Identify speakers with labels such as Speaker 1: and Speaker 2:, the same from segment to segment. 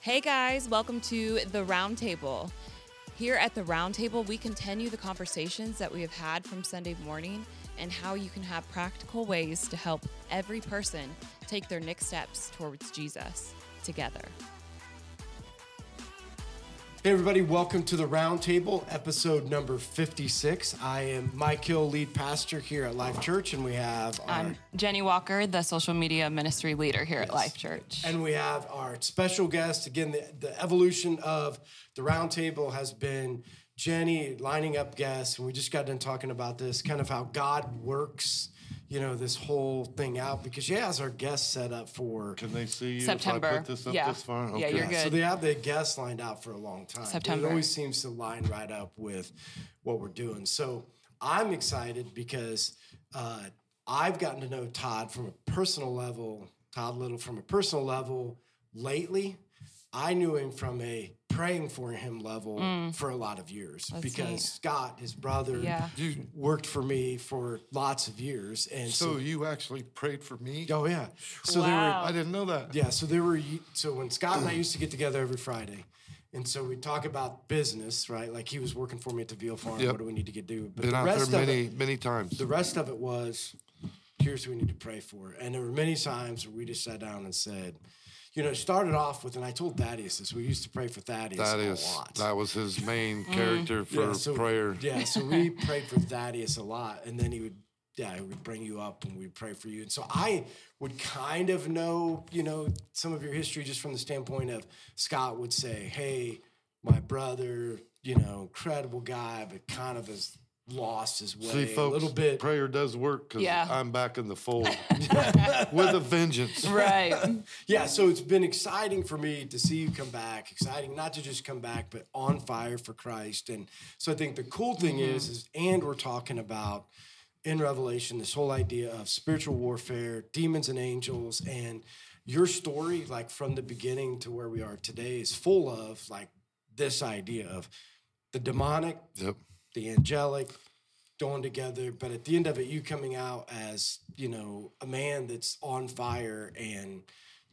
Speaker 1: Hey guys, welcome to the Roundtable. Here at the Roundtable, we continue the conversations that we have had from Sunday morning and how you can have practical ways to help every person take their next steps towards Jesus together.
Speaker 2: Hey, everybody, welcome to the Roundtable, episode number 56. I am Mike Hill, lead pastor here at Life Church, and we have our,
Speaker 1: I'm Jenny Walker, the social media ministry leader here at Life Church.
Speaker 2: and we have our special guest. Again, the, the evolution of the Roundtable has been Jenny lining up guests, and we just got done talking about this kind of how God works, you know, this whole thing out because she has our guests set up for.
Speaker 3: Can they see you
Speaker 1: September.
Speaker 3: if I put this up
Speaker 1: Yeah.
Speaker 3: this far?
Speaker 1: Yeah, you're good.
Speaker 2: So they have the guests lined out for a long time. but
Speaker 1: September.
Speaker 2: It always seems to line right up with what we're doing. So I'm excited because uh, I've gotten to know Todd from a personal level, Todd Little from a personal level lately. I knew him from a praying for him level for a lot of years because
Speaker 1: Mm. neat.
Speaker 2: Scott, his brother,
Speaker 1: Yeah.
Speaker 3: You-
Speaker 2: worked for me for lots of years. And
Speaker 3: So
Speaker 2: so,
Speaker 3: you actually prayed for me?
Speaker 2: oh, yeah. Oh. So there were
Speaker 1: Wow.
Speaker 3: I didn't know that.
Speaker 2: yeah, so there were so when Scott and I used to get together every Friday, and so we talk about business, right? Like he was working for me at the veal farm.
Speaker 3: Yep.
Speaker 2: What do we need to get do? But
Speaker 3: Been
Speaker 2: the
Speaker 3: out
Speaker 2: rest
Speaker 3: there
Speaker 2: of
Speaker 3: many,
Speaker 2: it,
Speaker 3: many times.
Speaker 2: the rest of it was, here's who we need to pray for. And there were many times where we just sat down and said, you know, it started off with, and I told Thaddeus this. We used to pray for Thaddeus
Speaker 3: That
Speaker 2: a
Speaker 3: is,
Speaker 2: lot. Mm-hmm.
Speaker 3: that was his main character for
Speaker 2: so,
Speaker 3: prayer.
Speaker 2: Yeah, so we prayed for Thaddeus a lot, and then he would, yeah, he would bring you up and we'd pray for you. And so I would kind of know, you know, some of your history just from the standpoint of Scott would say, "Hey, my brother, you know, incredible guy, but kind of has lost his way
Speaker 3: See,
Speaker 2: a
Speaker 3: folks,
Speaker 2: little bit."
Speaker 3: prayer does work because
Speaker 1: Yeah.
Speaker 3: I'm back in the fold with a vengeance.
Speaker 1: Right.
Speaker 2: Yeah, so it's been exciting for me to see you come back. Exciting not to just come back, but on fire for Christ. And so I think the cool thing is, is and we're talking about in Revelation this whole idea of spiritual warfare, demons and angels, and your story, like from the beginning to where we are today, is full of like this idea of the demonic,
Speaker 3: Yep.
Speaker 2: the angelic going together but at the end of it you coming out as you know a man that's on fire and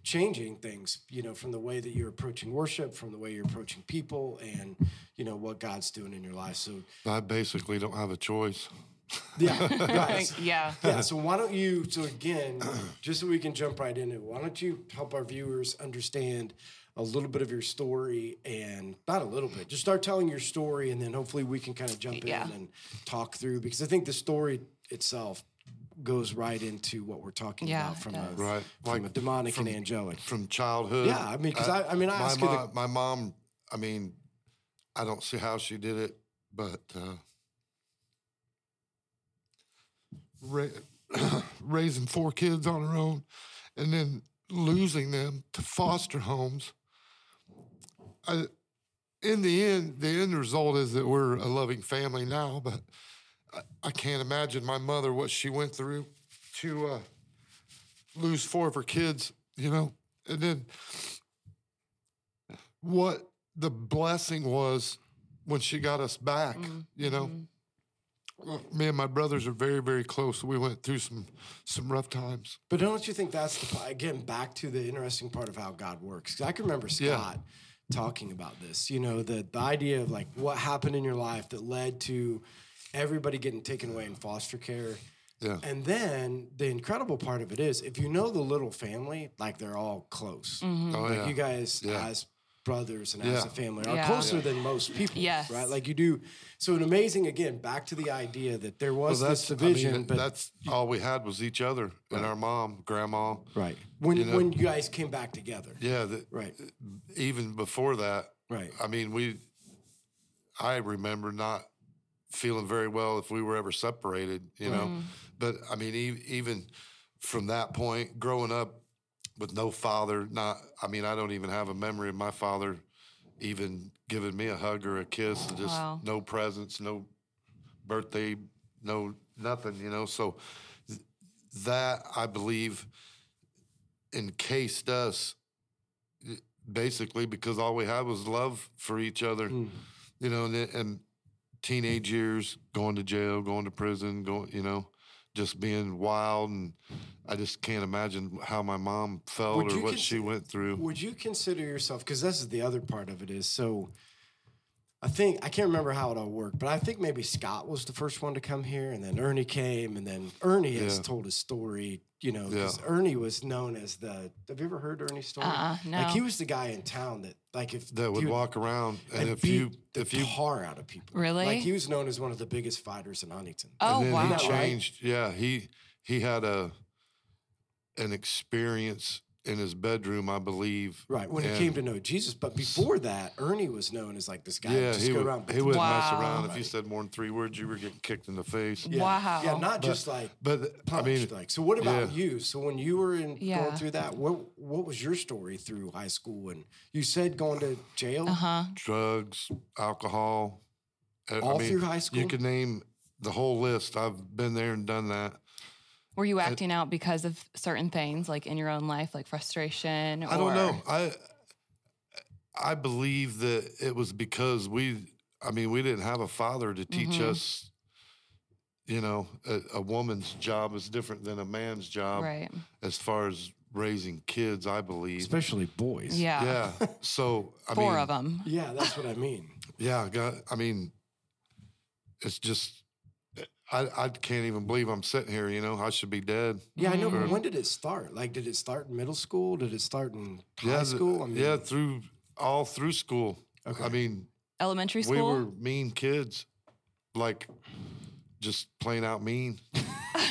Speaker 2: changing things you know from the way that you're approaching worship from the way you're approaching people and you know what god's doing in your life so
Speaker 3: I basically don't have a choice.
Speaker 2: yeah right
Speaker 1: yeah.
Speaker 2: yeah so why don't you so again just so we can jump right into it why don't you help our viewers understand a little bit of your story and not a little bit just start telling your story and then hopefully we can kind of jump
Speaker 1: Yeah.
Speaker 2: in and talk through because i think the story itself goes right into what we're talking
Speaker 1: Yeah,
Speaker 2: about
Speaker 1: it
Speaker 2: from,
Speaker 1: does.
Speaker 2: a,
Speaker 3: Right.
Speaker 2: from a demonic and angelic
Speaker 3: from childhood.
Speaker 2: Yeah, I mean, 'cause I- I mean, I
Speaker 3: my
Speaker 2: ask you the-
Speaker 3: mom, my mom. I mean, I don't see how she did it, but uh, ra- raising four kids on her own, and then losing them to foster homes. I, in the end, the end result is that we're a loving family now, but I, I can't imagine my mother what she went through to. Uh, lose four of her kids, you know, and then what the blessing was when she got us back,
Speaker 2: Mm-hmm.
Speaker 3: you know. Well, Me and my brothers are very, very close. We went through some some rough times.
Speaker 2: But don't you think that's the part- again back to the interesting part of how God works? 'Cause I can remember
Speaker 3: Yeah.
Speaker 2: Scott talking about this. You know, the the idea of like what happened in your life that led to everybody getting taken away in foster care.
Speaker 3: Yeah.
Speaker 2: And then the incredible part of it is if you know the little family, like they're all close.
Speaker 1: Mm-hmm.
Speaker 3: Oh
Speaker 2: Mm-hmm. Like
Speaker 3: yeah.
Speaker 2: you guys
Speaker 3: Yeah.
Speaker 2: as brothers and as a
Speaker 3: Yeah.
Speaker 2: family are
Speaker 1: Yeah.
Speaker 2: closer than most people.
Speaker 1: Yes.
Speaker 2: Right. Like you do. So an amazing again, back to the idea that there was this
Speaker 3: I mean,
Speaker 2: division, but
Speaker 3: that's all we had was each other and our mom, grandma.
Speaker 2: right. When
Speaker 3: know-
Speaker 2: when you guys came back together.
Speaker 3: Yeah, the,
Speaker 2: Right.
Speaker 3: even before that,
Speaker 2: Right.
Speaker 3: I mean, we, I remember not feeling very well if we were ever separated, you know. But I mean, e- even from that point, growing up with no father, not, I mean, I don't even have a memory of my father even giving me a hug or a kiss, just
Speaker 1: Wow.
Speaker 3: no presents, no birthday, no nothing, you know. So th- that I believe encased us basically because all we had was love for each other,
Speaker 2: Mm.
Speaker 3: you know, and, and teenage years, going to jail, going to prison, going, you know, just being wild, and I just can't imagine how my mom felt
Speaker 2: Would
Speaker 3: or
Speaker 2: you
Speaker 3: what
Speaker 2: consi-
Speaker 3: she went through.
Speaker 2: Would you consider yourself because this is the other part of it is so I think I can't remember how it all worked, but I think maybe Scott was the first one to come here and then Ernie came and then Ernie has
Speaker 3: Yeah.
Speaker 2: told his story, you know, because Ernie was known as the have you ever heard Ernie's story?
Speaker 1: Uh-uh,
Speaker 2: Like he
Speaker 1: no.
Speaker 2: was the guy in town that like if
Speaker 3: that would
Speaker 2: he
Speaker 3: walk around, and,
Speaker 2: and
Speaker 3: if
Speaker 2: beat
Speaker 3: you
Speaker 2: the
Speaker 3: if you
Speaker 2: tar out of people.
Speaker 1: Really?
Speaker 2: Like he was known as one of the biggest fighters in Huntington.
Speaker 1: Oh,
Speaker 3: and then
Speaker 1: wow.
Speaker 3: he
Speaker 2: Isn't that right?
Speaker 3: changed. Yeah, he he had a an experience in his bedroom, I believe.
Speaker 2: Right when he
Speaker 3: and-
Speaker 2: came to know Jesus, but before that, Ernie was known as like this guy.
Speaker 3: yeah,
Speaker 2: who just
Speaker 3: he
Speaker 2: go
Speaker 3: would
Speaker 2: around
Speaker 3: he would mess
Speaker 1: Wow.
Speaker 3: around. If you said more than three words, you were getting kicked in the face.
Speaker 2: Yeah. Yeah,
Speaker 1: Wow.
Speaker 2: not just like
Speaker 3: But I
Speaker 2: punched.
Speaker 3: mean,
Speaker 2: like, so what about
Speaker 3: yeah.
Speaker 2: you? So when you were in going
Speaker 1: Yeah.
Speaker 2: through that, what what was your story through high school? And you said going to jail.
Speaker 1: Uh huh.
Speaker 3: drugs, alcohol. eh, I- I
Speaker 2: All
Speaker 3: mean,
Speaker 2: through high school?
Speaker 3: You could name the whole list. I've been there and done that.
Speaker 1: Were you acting out because of certain things, like in your own life, like frustration? Or...
Speaker 3: I don't know. I I believe that it was because we. I mean, we didn't have a father to teach
Speaker 1: Mhm.
Speaker 3: us. You know, a, a woman's job is different than a man's job
Speaker 1: Right.
Speaker 3: as far as raising kids. I believe.
Speaker 2: Especially boys.
Speaker 1: Yeah.
Speaker 3: yeah. So I
Speaker 1: Four
Speaker 3: mean,
Speaker 1: of them.
Speaker 2: Yeah, that's what I mean.
Speaker 3: Yeah, God, I mean, it's just I I can't even believe I'm sitting here. You know, I should be dead.
Speaker 2: Yeah, I know. But
Speaker 3: Mhm.
Speaker 2: when did it start? Like, did it start in middle school? Did it start in high
Speaker 3: yeah, th-
Speaker 2: school? I mean,
Speaker 3: yeah, through all through school.
Speaker 2: Okay.
Speaker 3: I mean,
Speaker 1: Elementary school.
Speaker 3: we were mean kids, like just plain out mean.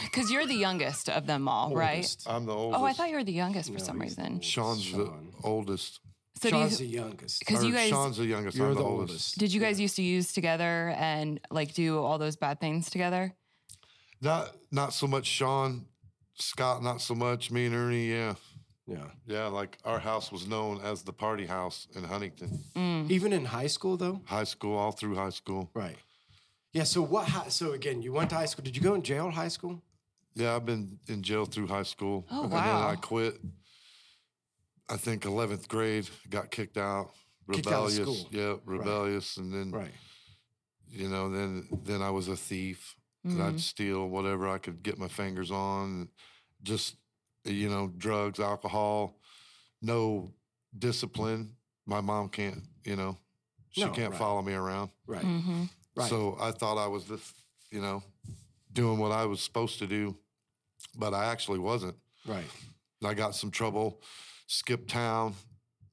Speaker 1: Because you're the youngest of them all, right?
Speaker 2: oldest.
Speaker 3: I'm the oldest.
Speaker 1: Oh, I thought you were the youngest for
Speaker 2: No,
Speaker 1: some
Speaker 2: he's the
Speaker 1: reason.
Speaker 2: oldest.
Speaker 3: Sean's
Speaker 2: Sean.
Speaker 3: the oldest.
Speaker 1: So do
Speaker 2: Sean's
Speaker 1: you,
Speaker 2: the youngest.
Speaker 1: because
Speaker 3: or
Speaker 1: you guys,
Speaker 3: Sean's the youngest.
Speaker 2: You're
Speaker 3: I'm
Speaker 2: the oldest.
Speaker 1: did you guys used to use together and like do all those bad things together?
Speaker 3: Not not so much Sean, Scott. Not so much me and Ernie. Yeah,
Speaker 2: Yeah.
Speaker 3: yeah. Like our house was known as the party house in Huntington.
Speaker 1: Mm,
Speaker 2: Even in high school, though.
Speaker 3: High school, all through high school.
Speaker 2: Right. Yeah. So what? hi- So again, you went to high school. Did you go in jail? High school?
Speaker 3: Yeah, I've been in jail through high school.
Speaker 1: Oh,
Speaker 3: And then
Speaker 1: wow.
Speaker 3: I quit. I think eleventh grade got kicked out.
Speaker 2: Kicked out of
Speaker 3: Rebellious.
Speaker 2: school.
Speaker 3: Yeah, rebellious, and then
Speaker 2: Right.
Speaker 3: you know, then then I was a thief,
Speaker 1: mm-hmm,
Speaker 3: and I'd steal whatever I could get my fingers on, just you know, drugs, alcohol, no discipline. My mom can't, you know, she
Speaker 2: No,
Speaker 3: can't
Speaker 2: right.
Speaker 3: follow me around.
Speaker 2: Right.
Speaker 1: Mm-hmm.
Speaker 2: Right.
Speaker 3: So I thought I was this, you know, doing what I was supposed to do, but I actually wasn't.
Speaker 2: Right.
Speaker 3: I got some trouble, skipped town.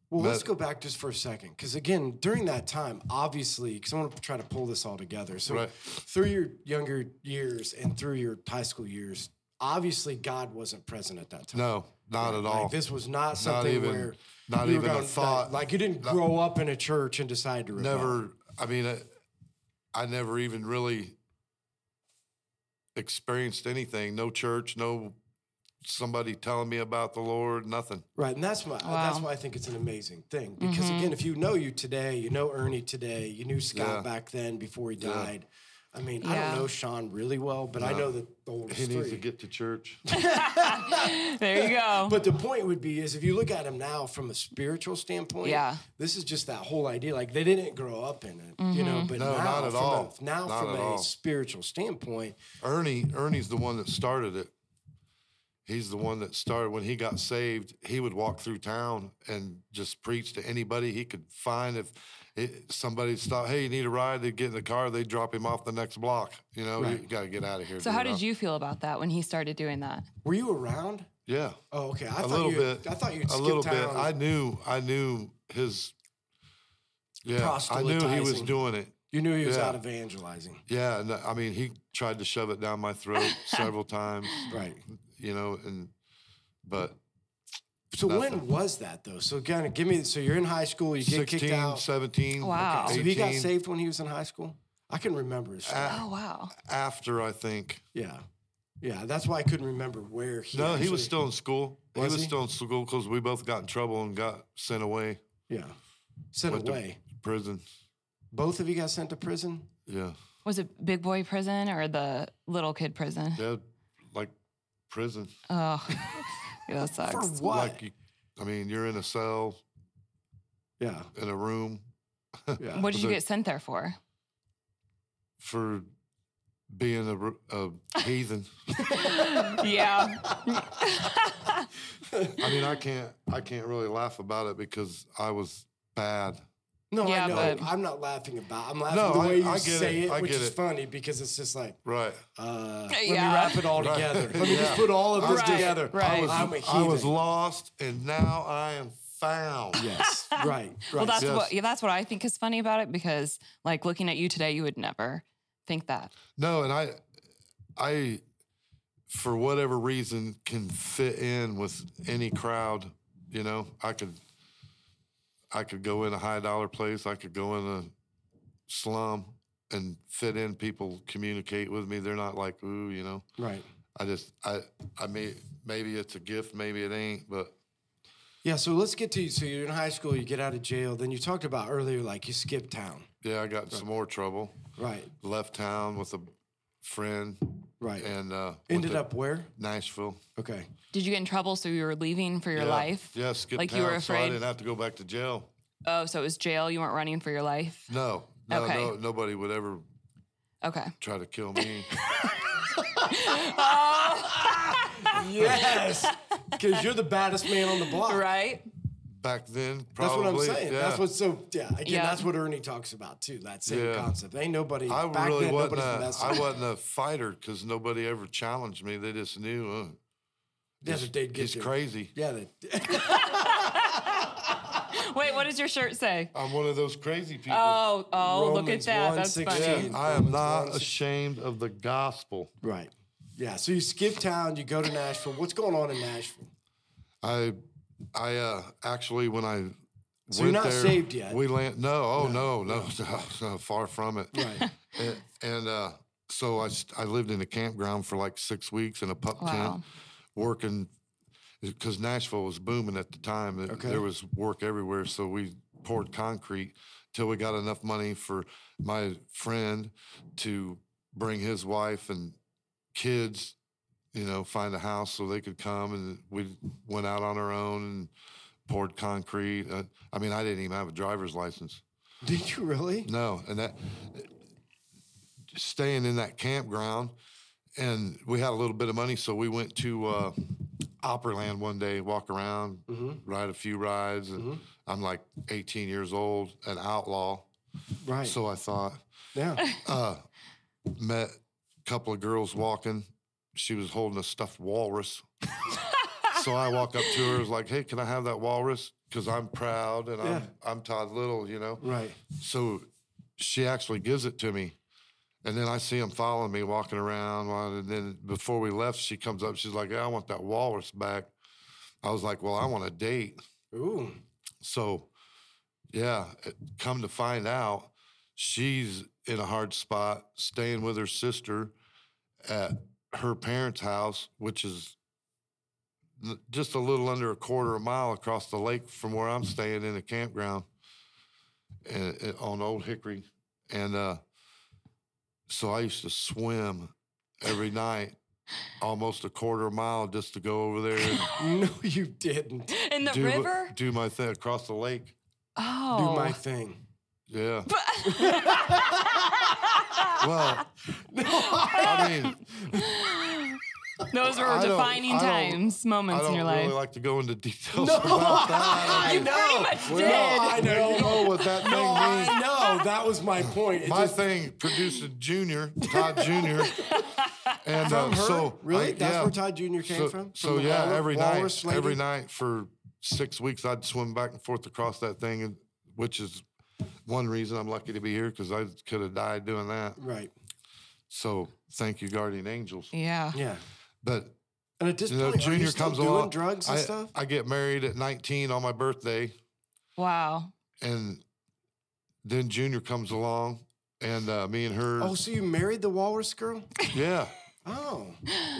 Speaker 2: Well, let's
Speaker 3: But-
Speaker 2: go back just for a second, because again, during that time, obviously, because I want to try to pull this all together. So,
Speaker 3: Right.
Speaker 2: through your younger years and through your high school years, obviously, God wasn't present at that time.
Speaker 3: No, not at all.
Speaker 2: Like, this was not something
Speaker 3: even-
Speaker 2: where
Speaker 3: not
Speaker 2: you were
Speaker 3: even a
Speaker 2: gonna-
Speaker 3: thought.
Speaker 2: Like, you didn't grow up in a church and decide to rebel.
Speaker 3: never, I mean, I, I never even really experienced anything. No church, no somebody telling me about the Lord, nothing.
Speaker 2: Right, and that's why uh, that's
Speaker 1: Wow. Mm-hmm.
Speaker 2: why I think it's an amazing thing because again, if you know you today, you know Ernie today, you knew Scott
Speaker 3: Yeah.
Speaker 2: back then before he
Speaker 3: Yeah.
Speaker 2: died. I mean, I
Speaker 1: Yeah.
Speaker 2: don't know Sean really well, but I know the the whole
Speaker 3: He needs to
Speaker 2: story.
Speaker 3: get to church.
Speaker 1: There you go.
Speaker 2: But the point would be is if you look at him now from a spiritual standpoint,
Speaker 1: Yeah.
Speaker 2: this is just that whole idea. Like they didn't grow up in it, you
Speaker 1: Mm-hmm.
Speaker 2: know. But
Speaker 3: No,
Speaker 2: now,
Speaker 3: not at
Speaker 2: from
Speaker 3: all.
Speaker 2: A, now
Speaker 3: Not
Speaker 2: from
Speaker 3: at
Speaker 2: a
Speaker 3: all.
Speaker 2: spiritual standpoint,
Speaker 3: Ernie, Ernie's the one that started it. He's the one that started when he got saved. He would walk through town and just preach to anybody he could find. If it, somebody stopped, hey, you need a ride, they'd get in the car, they'd drop him off the next block. You know, you
Speaker 2: Right.
Speaker 3: got to get out of here.
Speaker 1: so how
Speaker 3: dude. I'm-
Speaker 1: did you feel about that when he started doing that?
Speaker 2: were you around?
Speaker 3: Yeah,
Speaker 2: Oh, okay. I
Speaker 3: a
Speaker 2: thought
Speaker 3: little
Speaker 2: you,
Speaker 3: bit.
Speaker 2: I thought you
Speaker 3: a little
Speaker 2: town.
Speaker 3: bit. I knew. I knew his. Yeah, I knew he was
Speaker 2: Proselytizing.
Speaker 3: doing it.
Speaker 2: you knew he was
Speaker 3: yeah.
Speaker 2: out evangelizing,
Speaker 3: Yeah, and I mean, he tried to shove it down my throat several times.
Speaker 2: right?
Speaker 3: You know, and but
Speaker 2: So when
Speaker 3: Nothing.
Speaker 2: was that though? So kind of give me. So you're in high school. You get kicked
Speaker 3: 16,
Speaker 2: out.
Speaker 3: 17.
Speaker 1: Wow.
Speaker 2: So he got
Speaker 3: 18.
Speaker 2: saved when he was in high school. I can remember his. story.
Speaker 3: A-
Speaker 1: Oh wow.
Speaker 3: after, I think.
Speaker 2: yeah, yeah. That's why I couldn't remember where he.
Speaker 3: No, he was
Speaker 2: actually-
Speaker 3: still in school. he
Speaker 2: Was
Speaker 3: was
Speaker 2: he?
Speaker 3: still in school because we both got in trouble and got sent away
Speaker 2: Yeah, sent
Speaker 3: Went to-
Speaker 2: away.
Speaker 3: to prison.
Speaker 2: Both of you got sent to prison.
Speaker 3: Yeah.
Speaker 1: Was it big boy prison or the little kid prison?
Speaker 3: Yeah. Like prison.
Speaker 1: Oh, yeah, that sucks.
Speaker 2: For what?
Speaker 3: Like, you, I mean, you're in a cell,
Speaker 2: yeah,
Speaker 3: in a room
Speaker 2: yeah.
Speaker 1: what did you
Speaker 3: Was it-
Speaker 1: get sent there for?
Speaker 3: for being a, r- a heathen.
Speaker 1: yeah.
Speaker 3: I mean, I can't I can't really laugh about it because I was bad.
Speaker 2: No,
Speaker 1: Yeah,
Speaker 2: I know.
Speaker 1: but-
Speaker 2: I'm not laughing about. I'm laughing
Speaker 3: No,
Speaker 2: the
Speaker 3: I-
Speaker 2: way you
Speaker 3: I get
Speaker 2: say
Speaker 3: it.
Speaker 2: it,
Speaker 3: I
Speaker 2: which
Speaker 3: get
Speaker 2: is
Speaker 3: it.
Speaker 2: funny because it's just like
Speaker 3: Right.
Speaker 2: uh, let me
Speaker 1: Yeah.
Speaker 2: wrap it all
Speaker 3: Right.
Speaker 2: together. Let me just
Speaker 3: Yeah.
Speaker 2: put all of this
Speaker 1: Right,
Speaker 2: together.
Speaker 1: right.
Speaker 3: I was
Speaker 2: I'm a
Speaker 3: I was
Speaker 2: heathen.
Speaker 3: lost and now I am found.
Speaker 2: yes, right, right.
Speaker 1: Well, that's
Speaker 3: Yes.
Speaker 1: what yeah, that's what I think is funny about it because, like, looking at you today, you would never think that.
Speaker 3: No, and I, I, for whatever reason, can fit in with any crowd. You know, I could, I could go in a high dollar place. I could go in a slum and fit in. People communicate with me. They're not like, ooh, you know.
Speaker 2: right.
Speaker 3: I just, I, I mean, maybe it's a gift, maybe it ain't, but
Speaker 2: Yeah. So let's get to you. So you're in high school. You get out of jail. Then you talked about earlier, like you skip town.
Speaker 3: yeah, I got in some more trouble.
Speaker 2: Right.
Speaker 3: Left town with a friend,
Speaker 2: Right.
Speaker 3: and uh, went
Speaker 2: Ended
Speaker 3: to
Speaker 2: up where?
Speaker 3: Nashville.
Speaker 2: Okay.
Speaker 1: Did you get in trouble so you were leaving for your
Speaker 3: Yeah.
Speaker 1: life?
Speaker 3: Yeah, skip
Speaker 1: Like
Speaker 3: town,
Speaker 1: you were
Speaker 3: so I
Speaker 1: afraid-
Speaker 3: didn't have to go back to jail.
Speaker 1: Oh, so it was jail. You weren't running for your life.
Speaker 3: No, no,
Speaker 1: Okay.
Speaker 3: no, nobody would ever
Speaker 1: Okay.
Speaker 3: try to kill me.
Speaker 2: Yes. Because you're the baddest man on the block.
Speaker 1: Right.
Speaker 3: back then,
Speaker 2: That's
Speaker 3: probably.
Speaker 2: what I'm saying.
Speaker 3: Yeah.
Speaker 2: That's what's so yeah. Again,
Speaker 1: Yeah.
Speaker 2: that's what Ernie talks about too. That same
Speaker 3: Yeah.
Speaker 2: concept. Ain't nobody.
Speaker 3: I
Speaker 2: back
Speaker 3: really
Speaker 2: then,
Speaker 3: wasn't.
Speaker 2: nobody's
Speaker 3: A,
Speaker 2: messing.
Speaker 3: I wasn't a fighter because nobody ever challenged me. They just knew. Uh,
Speaker 2: yeah, they did get
Speaker 3: he's
Speaker 2: you.
Speaker 3: crazy.
Speaker 2: Yeah, they,
Speaker 1: Wait, what does your shirt say?
Speaker 3: I'm one of those crazy people.
Speaker 1: Oh, oh, look at
Speaker 2: Romans
Speaker 1: that. That's
Speaker 2: 1:16.
Speaker 1: funny.
Speaker 3: yeah, I am not
Speaker 2: Romans one-
Speaker 3: ashamed of the gospel.
Speaker 2: right. Yeah. So you skip town. You go to Nashville. What's going on in Nashville?
Speaker 3: I, I uh, actually when I.
Speaker 2: So you're
Speaker 3: went
Speaker 2: not
Speaker 3: there,
Speaker 2: saved yet.
Speaker 3: We land. No, oh no, no, no, no, far from it.
Speaker 2: Right.
Speaker 3: and, and uh, so I, st- I lived in a campground for like six weeks in a pup
Speaker 1: Wow.
Speaker 3: tent, working because Nashville was booming at the time. Th-
Speaker 2: Okay.
Speaker 3: There was work everywhere, so we poured concrete till we got enough money for my friend to bring his wife and kids. You know, find a house so they could come, and we went out on our own and poured concrete. Uh, I mean, I didn't even have a driver's license.
Speaker 2: Did you really?
Speaker 3: No, and that staying in that campground, and we had a little bit of money, so we went to uh, Opryland one day, walk around,
Speaker 2: Mm-hmm.
Speaker 3: ride a few rides. And I'm like 18 years old, an outlaw,
Speaker 2: Right.
Speaker 3: so I thought.
Speaker 2: yeah.
Speaker 3: Uh, met a couple of girls walking. She was holding a stuffed walrus. so I walk up to her, was like, "Hey, can I have that walrus?" Because I'm proud and I'm
Speaker 2: Yeah.
Speaker 3: I'm Todd Little, you know.
Speaker 2: Right.
Speaker 3: So she actually gives it to me. And then I see him following me, walking around. while- And then before we left, she comes up. She's like, yeah, I want that walrus back. I was like, well, I want a date.
Speaker 2: Ooh.
Speaker 3: So, yeah, it- come to find out, she's in a hard spot, staying with her sister at her parents' house, which is n- just a little under a quarter of a mile across the lake from where I'm staying in a campground and, on Old Hickory. And uh, so I used to swim every night, almost a quarter of a mile just to go over there and
Speaker 2: No, you didn't.
Speaker 1: In the
Speaker 3: do,
Speaker 1: river?
Speaker 3: do my thing across the lake.
Speaker 1: Oh.
Speaker 2: Do my thing.
Speaker 3: Yeah. well, I mean,
Speaker 1: Those were
Speaker 3: I don't-
Speaker 1: defining
Speaker 3: I don't-
Speaker 1: times,
Speaker 3: I
Speaker 1: moments in
Speaker 3: don't
Speaker 1: your
Speaker 3: really
Speaker 1: life.
Speaker 3: like to go into details about that.
Speaker 1: you pretty much
Speaker 3: We
Speaker 1: did.
Speaker 3: all-
Speaker 2: I know.
Speaker 3: we all know what that thing
Speaker 2: No,
Speaker 3: means.
Speaker 2: I know. That was my point. It
Speaker 3: My
Speaker 2: just-
Speaker 3: thing, producer Junior, Todd Junior, and uh, so
Speaker 2: really?
Speaker 3: I-
Speaker 2: That's
Speaker 3: yeah.
Speaker 2: where Todd Jr. came
Speaker 3: so,
Speaker 2: from? From
Speaker 3: So
Speaker 2: the
Speaker 3: yeah,
Speaker 2: walrus-
Speaker 3: every
Speaker 2: walrus
Speaker 3: night,
Speaker 2: lady?
Speaker 3: every night for six weeks, I'd swim back and forth across that thing, and, which is one reason I'm lucky to be here because I could have died doing that.
Speaker 2: Right.
Speaker 3: So thank you, guardian angels.
Speaker 1: yeah.
Speaker 2: Yeah.
Speaker 3: But
Speaker 2: And at this
Speaker 3: you know,
Speaker 2: point, are you
Speaker 3: Junior
Speaker 2: still
Speaker 3: comes
Speaker 2: doing
Speaker 3: along.
Speaker 2: drugs and
Speaker 3: I,
Speaker 2: stuff?
Speaker 3: I get married at 19 on my birthday,
Speaker 1: Wow.
Speaker 3: and then Junior comes along, and uh, me and her,
Speaker 2: oh, so you married the walrus girl?
Speaker 3: yeah,
Speaker 2: Oh.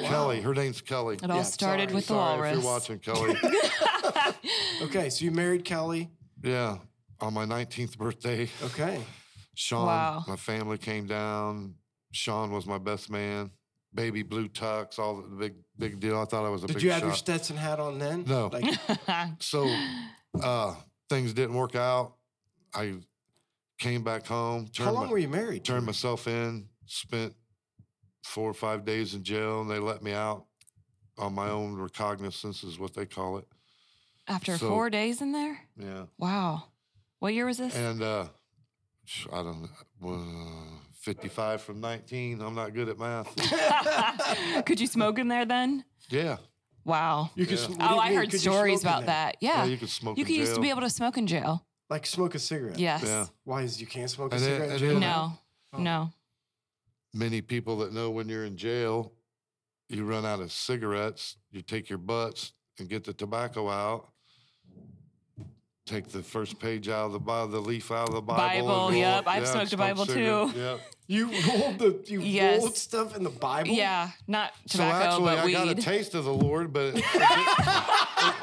Speaker 3: Kelly. Her name's Kelly.
Speaker 1: It all
Speaker 2: Yeah,
Speaker 1: started
Speaker 2: sorry,
Speaker 1: with the
Speaker 3: Sorry
Speaker 1: walrus.
Speaker 3: if you're watching, Kelly.
Speaker 2: Okay, so you married Kelly.
Speaker 3: yeah, on my 19th birthday,
Speaker 2: Okay.
Speaker 3: Sean,
Speaker 1: Wow.
Speaker 3: my family came down. Sean was my best man. Baby blue tux, all the big big deal. I thought I was a
Speaker 2: Did
Speaker 3: big
Speaker 2: you have your
Speaker 3: shot.
Speaker 2: Stetson hat on then?
Speaker 3: No.
Speaker 2: Like,
Speaker 3: so uh, things didn't work out. I came back home.
Speaker 2: how
Speaker 3: turned
Speaker 2: long
Speaker 3: my-
Speaker 2: were you married?
Speaker 3: turned myself in, spent four or five days in jail, and they let me out on my own recognizance, is what they call it.
Speaker 1: After
Speaker 3: So-
Speaker 1: four days in there?
Speaker 3: Yeah.
Speaker 1: Wow. What year was this?
Speaker 3: And uh, sh- I don't know, uh, 55 from 19. I'm not good at math.
Speaker 1: Could you smoke in there then?
Speaker 3: yeah.
Speaker 1: Wow.
Speaker 2: You could,
Speaker 3: Yeah.
Speaker 2: sm- what do
Speaker 1: Oh,
Speaker 2: you
Speaker 1: I
Speaker 2: mean?
Speaker 1: heard
Speaker 2: Could you
Speaker 1: stories
Speaker 2: smoke in
Speaker 1: about
Speaker 2: there?
Speaker 1: that. Yeah.
Speaker 3: you could smoke.
Speaker 1: you
Speaker 3: in
Speaker 1: could used to
Speaker 3: jail.
Speaker 1: be able to smoke in jail.
Speaker 2: Like smoke a cigarette.
Speaker 1: Yes.
Speaker 3: Yeah.
Speaker 2: Why is you can't smoke a
Speaker 3: And then-
Speaker 2: cigarette? in
Speaker 3: and
Speaker 2: jail?
Speaker 3: then-
Speaker 1: No. No.
Speaker 3: many people that know when you're in jail, you run out of cigarettes, you take your butts and get the tobacco out, take the first page out of the Bible, the leaf out of the Bible. and
Speaker 1: Bible,
Speaker 3: roll
Speaker 1: yep,
Speaker 3: it.
Speaker 1: I've
Speaker 3: Yeah,
Speaker 1: smoked a
Speaker 3: smoke
Speaker 1: Bible too.
Speaker 3: cigarette, Yep.
Speaker 2: You rolled the you
Speaker 1: Yes.
Speaker 2: rolled stuff in the Bible.
Speaker 1: Yeah. Not
Speaker 3: Oh. So
Speaker 1: tobacco,
Speaker 3: actually,
Speaker 1: but
Speaker 3: I got a
Speaker 1: weed.
Speaker 3: taste of the Lord, but it, it, didn't- it-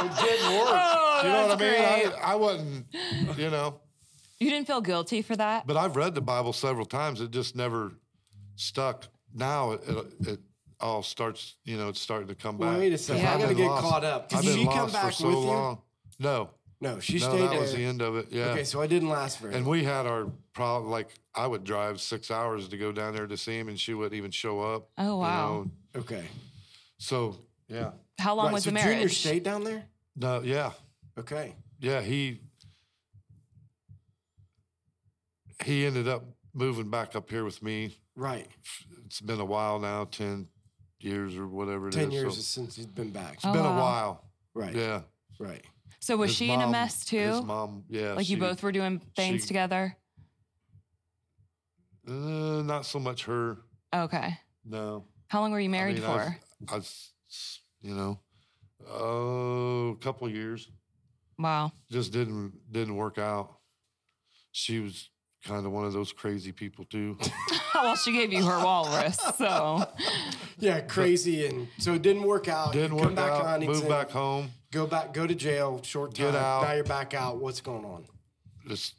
Speaker 3: it didn't work.
Speaker 1: Oh,
Speaker 3: you know what I
Speaker 1: that's
Speaker 3: mean?
Speaker 1: great.
Speaker 3: I, I wasn't, you know,
Speaker 1: you didn't feel guilty for that?
Speaker 3: but I've read the Bible several times. It just never stuck. Now it, it, it all starts, you know, it's starting to come back.
Speaker 2: Wait a second.
Speaker 1: Yeah.
Speaker 2: I
Speaker 1: I've
Speaker 2: gotta
Speaker 3: been
Speaker 2: get
Speaker 3: lost.
Speaker 2: caught up. Did
Speaker 3: I've been
Speaker 2: she come
Speaker 3: lost
Speaker 2: back
Speaker 3: for so
Speaker 2: with
Speaker 3: long. No,
Speaker 2: you? No, she
Speaker 3: no,
Speaker 2: stayed
Speaker 3: that
Speaker 2: there.
Speaker 3: was the end of it. Yeah.
Speaker 2: Okay, so I didn't last very.
Speaker 3: and
Speaker 2: long.
Speaker 3: we had our problem. Like I would drive six hours to go down there to see him, and she wouldn't even show up.
Speaker 1: Oh,
Speaker 3: you
Speaker 1: wow.
Speaker 3: know.
Speaker 2: Okay.
Speaker 3: So yeah,
Speaker 1: How long
Speaker 2: Right,
Speaker 1: was
Speaker 2: so
Speaker 1: the
Speaker 2: Junior
Speaker 1: marriage?
Speaker 2: stayed down there.
Speaker 3: no, yeah,
Speaker 2: Okay.
Speaker 3: yeah. He he ended up moving back up here with me.
Speaker 2: Right.
Speaker 3: It's been a while now, ten years or whatever. it is.
Speaker 2: Ten years
Speaker 3: So
Speaker 2: since he's been back.
Speaker 1: Oh.
Speaker 3: it's been
Speaker 1: wow.
Speaker 3: a while.
Speaker 2: Right.
Speaker 3: Yeah.
Speaker 2: Right.
Speaker 1: so was
Speaker 3: His
Speaker 1: she in a
Speaker 3: mom-
Speaker 1: mess
Speaker 3: His
Speaker 1: too?
Speaker 3: mom, yeah.
Speaker 1: like you
Speaker 3: she-
Speaker 1: both were doing things
Speaker 3: she-
Speaker 1: together?
Speaker 3: Uh, not so much her.
Speaker 1: Okay.
Speaker 3: No.
Speaker 1: How long were you married
Speaker 3: I mean,
Speaker 1: for?
Speaker 3: I was, I was, s- you know, oh, a couple of years.
Speaker 1: wow.
Speaker 3: Just didn't didn't work out. She was kind of one of those crazy people too.
Speaker 1: well, she gave you her walrus, so
Speaker 2: Yeah, crazy, and so it didn't work out. You
Speaker 3: Didn't
Speaker 2: come
Speaker 3: work
Speaker 2: back to
Speaker 3: out.
Speaker 2: Huntington,
Speaker 3: Moved back home.
Speaker 2: Go back. Go to jail. Short time.
Speaker 3: Get out.
Speaker 2: Now you're back out. What's going on?
Speaker 3: Just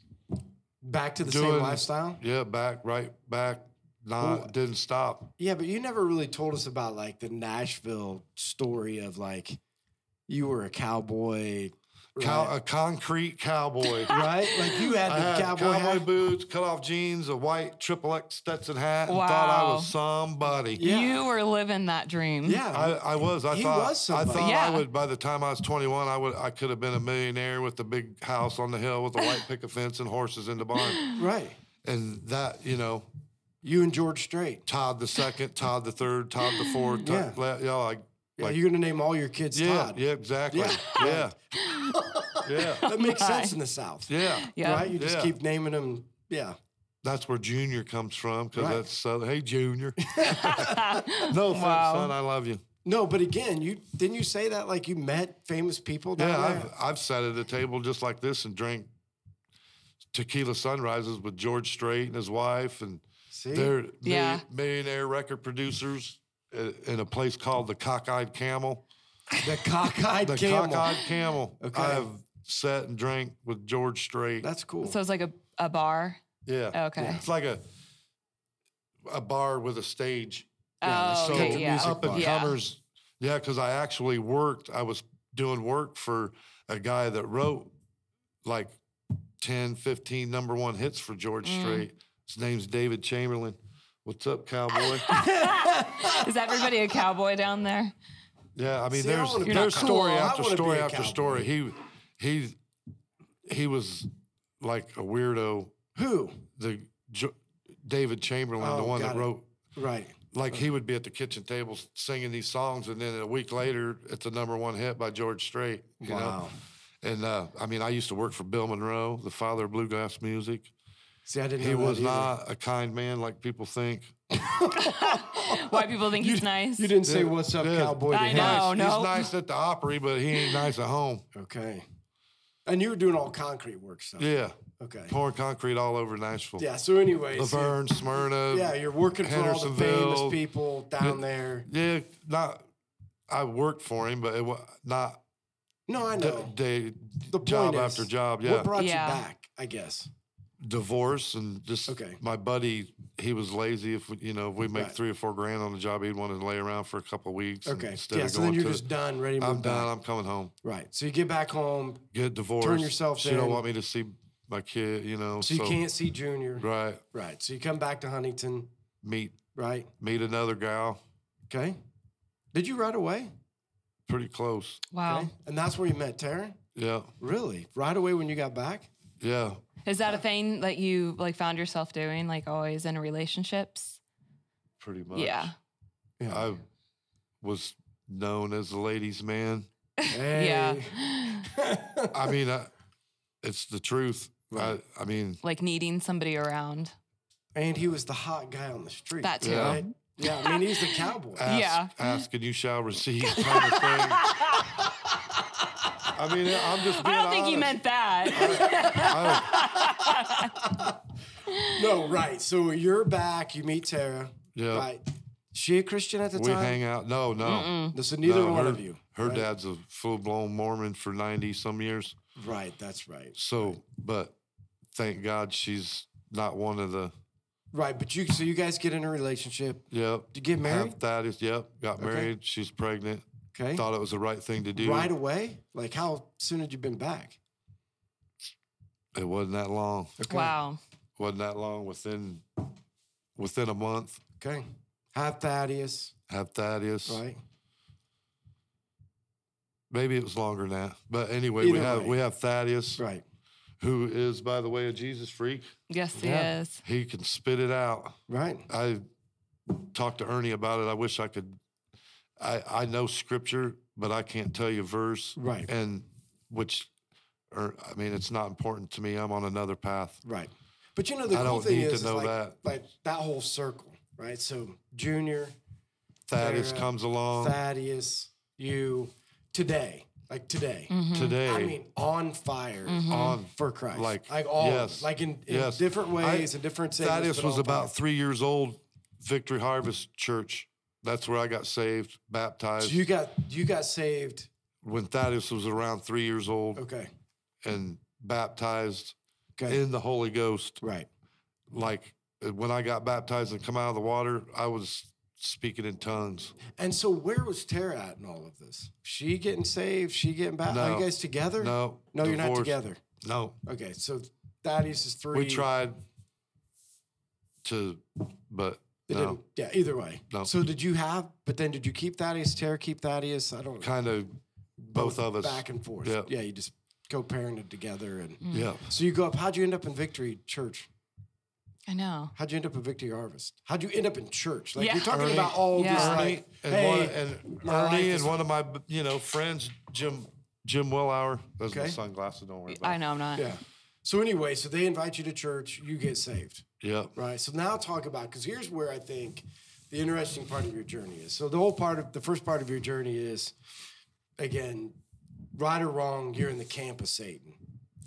Speaker 2: Back to the same
Speaker 3: Doing-
Speaker 2: lifestyle.
Speaker 3: yeah, back right back. Not
Speaker 2: Well-
Speaker 3: didn't stop.
Speaker 2: Yeah, but you never really told us about like the Nashville story of like you were a cowboy,
Speaker 3: Cow,
Speaker 2: right?
Speaker 3: a concrete cowboy.
Speaker 2: right? Like you had
Speaker 3: I
Speaker 2: the
Speaker 3: had
Speaker 2: cowboy,
Speaker 3: cowboy,
Speaker 2: hat.
Speaker 3: boots, cut off jeans, a white triple X Stetson hat, and thought I was somebody.
Speaker 2: Yeah.
Speaker 1: you were living that dream.
Speaker 2: Yeah,
Speaker 3: I, I was. I
Speaker 2: He
Speaker 3: thought.
Speaker 2: was
Speaker 3: I
Speaker 2: somebody.
Speaker 3: thought
Speaker 1: Yeah.
Speaker 3: I would. By the time I was 21, I would. I could have been a millionaire with the big house on the hill with a white picket fence and horses in the barn.
Speaker 2: right.
Speaker 3: And that, you know,
Speaker 2: You and George Strait.
Speaker 3: Todd the second, Todd the third, Todd the fourth.
Speaker 2: Yeah.
Speaker 3: Todd, yeah. You know, like,
Speaker 2: Yeah,
Speaker 3: like,
Speaker 2: you're gonna name all your kids
Speaker 3: yeah,
Speaker 2: Todd.
Speaker 3: yeah, exactly.
Speaker 2: Yeah.
Speaker 3: Yeah, yeah, yeah,
Speaker 2: That makes
Speaker 1: my.
Speaker 2: sense in the South,
Speaker 1: Yeah.
Speaker 2: right? You just
Speaker 3: Yeah.
Speaker 2: keep naming them. Yeah,
Speaker 3: That's where Junior comes from because
Speaker 2: Right.
Speaker 3: that's uh, hey Junior. no offense,
Speaker 1: Wow.
Speaker 3: son. I love you.
Speaker 2: no, but again, you didn't you say that like you met famous people down
Speaker 3: Yeah,
Speaker 2: there?
Speaker 3: I've, I've sat at a table just like this and drank tequila sunrises with George Strait and his wife, and
Speaker 2: See,
Speaker 3: they're
Speaker 1: Yeah.
Speaker 3: milli- millionaire record producers i- in a place called the Cockeyed Camel.
Speaker 2: the cockeyed
Speaker 3: The
Speaker 2: camel.
Speaker 3: Cockeyed Camel.
Speaker 2: Okay.
Speaker 3: I've sat and drank with George Strait.
Speaker 2: That's cool.
Speaker 1: So it's like a, a bar.
Speaker 3: yeah.
Speaker 1: Okay.
Speaker 3: It's like a a bar with a stage.
Speaker 2: Yeah,
Speaker 1: oh,
Speaker 3: so
Speaker 1: okay, yeah.
Speaker 2: music
Speaker 3: up and
Speaker 1: yeah.
Speaker 3: comers. Yeah, because I actually worked. I was doing work for a guy that wrote like 10, 15 number one hits for George
Speaker 2: Mm.
Speaker 3: Strait. His name's David Chamberlain. What's up, cowboy?
Speaker 1: Is everybody a cowboy down there?
Speaker 3: yeah, I mean,
Speaker 2: See, I
Speaker 3: there's
Speaker 2: wanna be
Speaker 3: there's
Speaker 2: cool.
Speaker 3: story
Speaker 2: I
Speaker 3: after
Speaker 2: wanna
Speaker 3: story
Speaker 2: be a
Speaker 3: after
Speaker 2: cowboy.
Speaker 3: story. He he he was like a weirdo.
Speaker 2: Who?
Speaker 3: The Jo- David Chamberlain, the
Speaker 2: Oh,
Speaker 3: one
Speaker 2: got
Speaker 3: that
Speaker 2: it.
Speaker 3: wrote
Speaker 2: Right.
Speaker 3: like
Speaker 2: Uh-huh.
Speaker 3: he would be at the kitchen table singing these songs, and then a week later, it's a number one hit by George Strait. You
Speaker 2: Wow.
Speaker 3: Know? And uh, I mean, I used to work for Bill Monroe, the father of bluegrass music.
Speaker 2: See, I didn't.
Speaker 3: He
Speaker 2: know that
Speaker 3: was
Speaker 2: either.
Speaker 3: not a kind man like people think.
Speaker 1: Why people think he's nice?
Speaker 2: You didn't say
Speaker 3: Yeah,
Speaker 2: what's up,
Speaker 3: yeah.
Speaker 2: cowboy. To
Speaker 1: I
Speaker 2: him.
Speaker 1: know. No,
Speaker 3: He's-
Speaker 1: no.
Speaker 3: He's nice at the Opry, but he ain't nice at home.
Speaker 2: Okay. And you were doing all concrete work stuff.
Speaker 3: Yeah,
Speaker 2: Okay.
Speaker 3: pouring concrete all over Nashville,
Speaker 2: Yeah. So, anyways,
Speaker 3: Laverne, Smyrna.
Speaker 2: yeah, you're working for all the famous
Speaker 3: Hendersonville.
Speaker 2: people down there.
Speaker 3: yeah. Not. I worked for him, but it was not
Speaker 2: No, I
Speaker 3: d-
Speaker 2: know.
Speaker 3: day
Speaker 2: the point
Speaker 3: job
Speaker 2: is,
Speaker 3: after job. Yeah.
Speaker 2: What brought
Speaker 1: Yeah.
Speaker 2: you back? I guess.
Speaker 3: divorce and just
Speaker 2: Okay.
Speaker 3: my buddy he was lazy if we, you know if we make
Speaker 2: Right.
Speaker 3: three or four grand on the job he'd want to lay around for a couple of weeks and
Speaker 2: Okay.
Speaker 3: instead
Speaker 2: Yeah.
Speaker 3: of
Speaker 2: So
Speaker 3: going
Speaker 2: then you're
Speaker 3: to
Speaker 2: just done, ready to move
Speaker 3: i'm done
Speaker 2: back.
Speaker 3: i'm coming home
Speaker 2: Right. So you get back home,
Speaker 3: get divorced
Speaker 2: yourself
Speaker 3: she
Speaker 2: in.
Speaker 3: don't want me to see my kid you know
Speaker 2: so you can't see Junior. Right.
Speaker 3: right
Speaker 2: So you come back to Huntington.
Speaker 3: meet
Speaker 2: right?
Speaker 3: meet another gal.
Speaker 2: Okay. Did you right away?
Speaker 3: Pretty close.
Speaker 1: Wow.
Speaker 2: Okay. And that's where you met Taryn?
Speaker 3: Yeah,
Speaker 2: Really? Right away when you got back?
Speaker 3: yeah.
Speaker 1: Is that a thing that you like found yourself doing, like always in relationships?
Speaker 3: Pretty much.
Speaker 1: Yeah.
Speaker 2: Yeah.
Speaker 3: I was known as the ladies' man.
Speaker 1: Yeah.
Speaker 3: I mean, I, it's the truth. I,
Speaker 2: Right.
Speaker 3: I mean,
Speaker 1: like needing somebody around.
Speaker 2: And he was the hot guy on the street.
Speaker 1: That too.
Speaker 3: Yeah.
Speaker 2: Right? Yeah, I mean, he's the cowboy.
Speaker 3: ask,
Speaker 1: Yeah.
Speaker 3: ask and you shall receive kind of thing. I mean, I'm just.
Speaker 1: I
Speaker 3: being
Speaker 1: don't think you
Speaker 3: honest.
Speaker 1: meant that.
Speaker 3: I-
Speaker 2: no, right. So you're back. You meet Tara.
Speaker 3: Yeah.
Speaker 2: Right. She a Christian at the
Speaker 3: we
Speaker 2: time?
Speaker 3: hang out. No, no.
Speaker 2: so neither
Speaker 3: No,
Speaker 2: one
Speaker 3: her,
Speaker 2: of you.
Speaker 3: Her
Speaker 2: right?
Speaker 3: dad's a full blown Mormon for 90 some years.
Speaker 2: Right. That's right.
Speaker 3: So, but thank God she's not one of the.
Speaker 2: Right. But you. So you guys get in a relationship.
Speaker 3: Yep.
Speaker 2: You get married.
Speaker 3: Half that is, yep. Got married. She's pregnant.
Speaker 2: Okay.
Speaker 3: Thought it was the right thing to do.
Speaker 2: Right away. Like how soon had you been back?
Speaker 3: It wasn't that long.
Speaker 2: Okay.
Speaker 1: wow.
Speaker 3: Wasn't that long. Within within a month,
Speaker 2: Okay. Half Thaddeus.
Speaker 3: half that is.
Speaker 2: Right.
Speaker 3: Maybe it was longer than that. But anyway, we
Speaker 2: Either
Speaker 3: have
Speaker 2: way.
Speaker 3: we have Thaddeus,
Speaker 2: Right.
Speaker 3: who is, by the way, a Jesus freak.
Speaker 1: Yes, he
Speaker 2: Yeah.
Speaker 1: is.
Speaker 3: He can spit it out.
Speaker 2: Right.
Speaker 3: I talked to Ernie about it. I wish I could. I I know scripture, but I can't tell you verse.
Speaker 2: Right.
Speaker 3: And which, or I mean, it's not important to me. I'm on another path.
Speaker 2: Right. But you know the
Speaker 3: I
Speaker 2: cool
Speaker 3: don't
Speaker 2: thing
Speaker 3: need to
Speaker 2: is, is
Speaker 3: know
Speaker 2: like,
Speaker 3: that.
Speaker 2: like that whole circle, right? So junior,
Speaker 3: Thaddeus
Speaker 2: Sarah,
Speaker 3: comes along
Speaker 2: Thaddeus, you, today, like today.
Speaker 1: Mm-hmm.
Speaker 3: today.
Speaker 2: I mean, on fire
Speaker 3: on
Speaker 2: for Christ,
Speaker 3: Mm-hmm. Like,
Speaker 2: like all,
Speaker 3: yes,
Speaker 2: like in, in
Speaker 3: yes.
Speaker 2: different
Speaker 3: I-
Speaker 2: ways and different things.
Speaker 3: Thaddeus
Speaker 2: but
Speaker 3: was
Speaker 2: on fire.
Speaker 3: about three years old. Victory Harvest Church. That's where I got saved, baptized.
Speaker 2: So you got you got saved.
Speaker 3: when Thaddeus was around three years old
Speaker 2: Okay.
Speaker 3: and baptized
Speaker 2: Okay.
Speaker 3: in the Holy Ghost.
Speaker 2: right.
Speaker 3: Like uh, when I got baptized and come out of the water, I was speaking in tongues.
Speaker 2: And so where was Tara at in all of this? She getting saved. She getting back. Are
Speaker 3: No.
Speaker 2: you guys together?
Speaker 3: No,
Speaker 2: No, you're not
Speaker 3: divorced.
Speaker 2: together.
Speaker 3: No,
Speaker 2: Okay. So Thaddeus is three.
Speaker 3: we tried to, but
Speaker 2: It
Speaker 3: no,
Speaker 2: didn't, yeah, either way.
Speaker 3: No.
Speaker 2: So did you have, but then did you keep Thaddeus, Tara keep Thaddeus? I don't know.
Speaker 3: kind of both, of us.
Speaker 2: Back and forth.
Speaker 3: Yeah.
Speaker 2: Yeah, you just co-parented together. and
Speaker 3: Yeah,
Speaker 2: So you go up, how'd you end up in Victory Church?
Speaker 1: I know.
Speaker 2: How'd you end up in Victory Harvest? How'd you end up in church? Like
Speaker 1: Yeah.
Speaker 2: you're talking
Speaker 3: Ernie.
Speaker 2: about all
Speaker 1: Yeah.
Speaker 2: this
Speaker 1: Ernie
Speaker 2: like,
Speaker 3: and
Speaker 2: hey,
Speaker 3: one and
Speaker 2: my life
Speaker 3: Ernie
Speaker 2: is-
Speaker 3: and one of my you know friends, Jim Jim Willauer. Those are my
Speaker 2: Okay.
Speaker 3: sunglasses. Don't worry about.
Speaker 1: I know I'm not.
Speaker 2: yeah. So anyway, so they invite you to church, you get saved.
Speaker 3: It. Yeah,
Speaker 2: Right. So now talk about because here's where I think the interesting part of your journey is. So the whole part of the first part of your journey is, again, right or wrong, you're in the camp of Satan.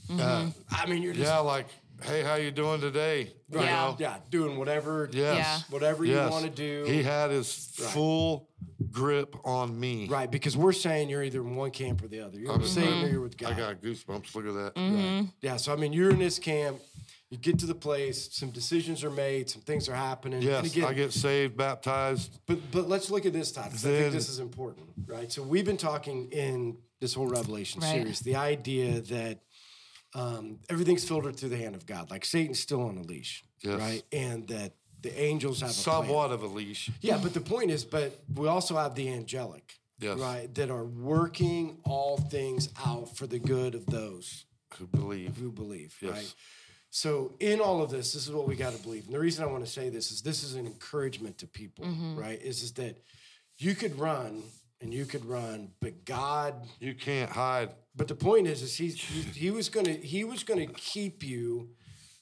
Speaker 3: Uh,
Speaker 2: I mean, you're just
Speaker 3: yeah. Like, hey, how you doing today? You
Speaker 2: right,
Speaker 1: Yeah.
Speaker 2: yeah. doing whatever,
Speaker 3: Yes.
Speaker 2: whatever
Speaker 3: Yes.
Speaker 2: you want to do.
Speaker 3: He had his
Speaker 2: Right.
Speaker 3: full grip on me.
Speaker 2: right, because we're saying you're either in one camp or the other. You're with Satan or you're with
Speaker 3: I
Speaker 2: God.
Speaker 3: got goosebumps. Look at that.
Speaker 2: Yeah. So I mean, you're in this camp. You get to the place. Some decisions are made. Some things are happening. and
Speaker 3: Yes,
Speaker 2: again,
Speaker 3: I get saved, baptized.
Speaker 2: But but let's look at this Todd. 'cause I
Speaker 3: Then-
Speaker 2: think this is important, right? So we've been talking in this whole Revelation
Speaker 1: Right.
Speaker 2: series the idea that um, everything's filtered through the hand of God, like Satan's still on a leash,
Speaker 3: Yes.
Speaker 2: right? And that the angels have a plan.
Speaker 3: Somewhat of a leash.
Speaker 2: Yeah, but the point is, but we also have the angelic,
Speaker 3: Yes.
Speaker 2: right, that are working all things out for the good of those
Speaker 3: Who believe?
Speaker 2: who believe,
Speaker 3: Yes.
Speaker 2: right? So in all of this, this is what we got to believe. And the reason I want to say this is this is an encouragement to people, right? Is is that you could run and you could run, but God.
Speaker 3: You can't hide.
Speaker 2: But the point is, is he he, he was gonna he was gonna keep you.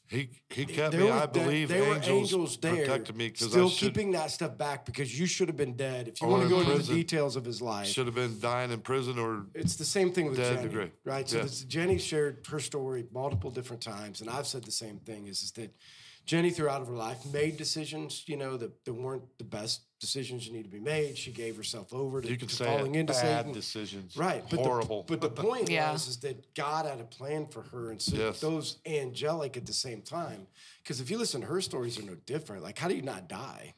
Speaker 3: He he kept
Speaker 2: There
Speaker 3: me.
Speaker 2: were-
Speaker 3: I believe
Speaker 2: there were
Speaker 3: angels, protected me because I
Speaker 2: still
Speaker 3: should
Speaker 2: keeping that stuff back because you should have been dead. If you
Speaker 3: Or
Speaker 2: want to
Speaker 3: in
Speaker 2: go into the
Speaker 3: prison.
Speaker 2: details of his life,
Speaker 3: should have been dying in prison or
Speaker 2: it's the same thing with
Speaker 3: Dead
Speaker 2: Jenny,
Speaker 3: degree.
Speaker 2: right? So
Speaker 3: Yeah.
Speaker 2: this, Jenny shared her story multiple different times, and I've said the same thing: is, is that Jenny, throughout of her life, made decisions, you know, that, that weren't the best decisions that need to be made. She gave herself over to,
Speaker 3: you can
Speaker 2: to
Speaker 3: say
Speaker 2: falling
Speaker 3: it,
Speaker 2: into
Speaker 3: bad
Speaker 2: Satan,
Speaker 3: decisions.
Speaker 2: right? But
Speaker 3: horrible.
Speaker 2: The, but the point
Speaker 1: Yeah.
Speaker 2: was is that God had a plan for her, and so
Speaker 3: Yes.
Speaker 2: those angelic at the same time. Because if you listen to her stories, are no different. Like, how do you not die?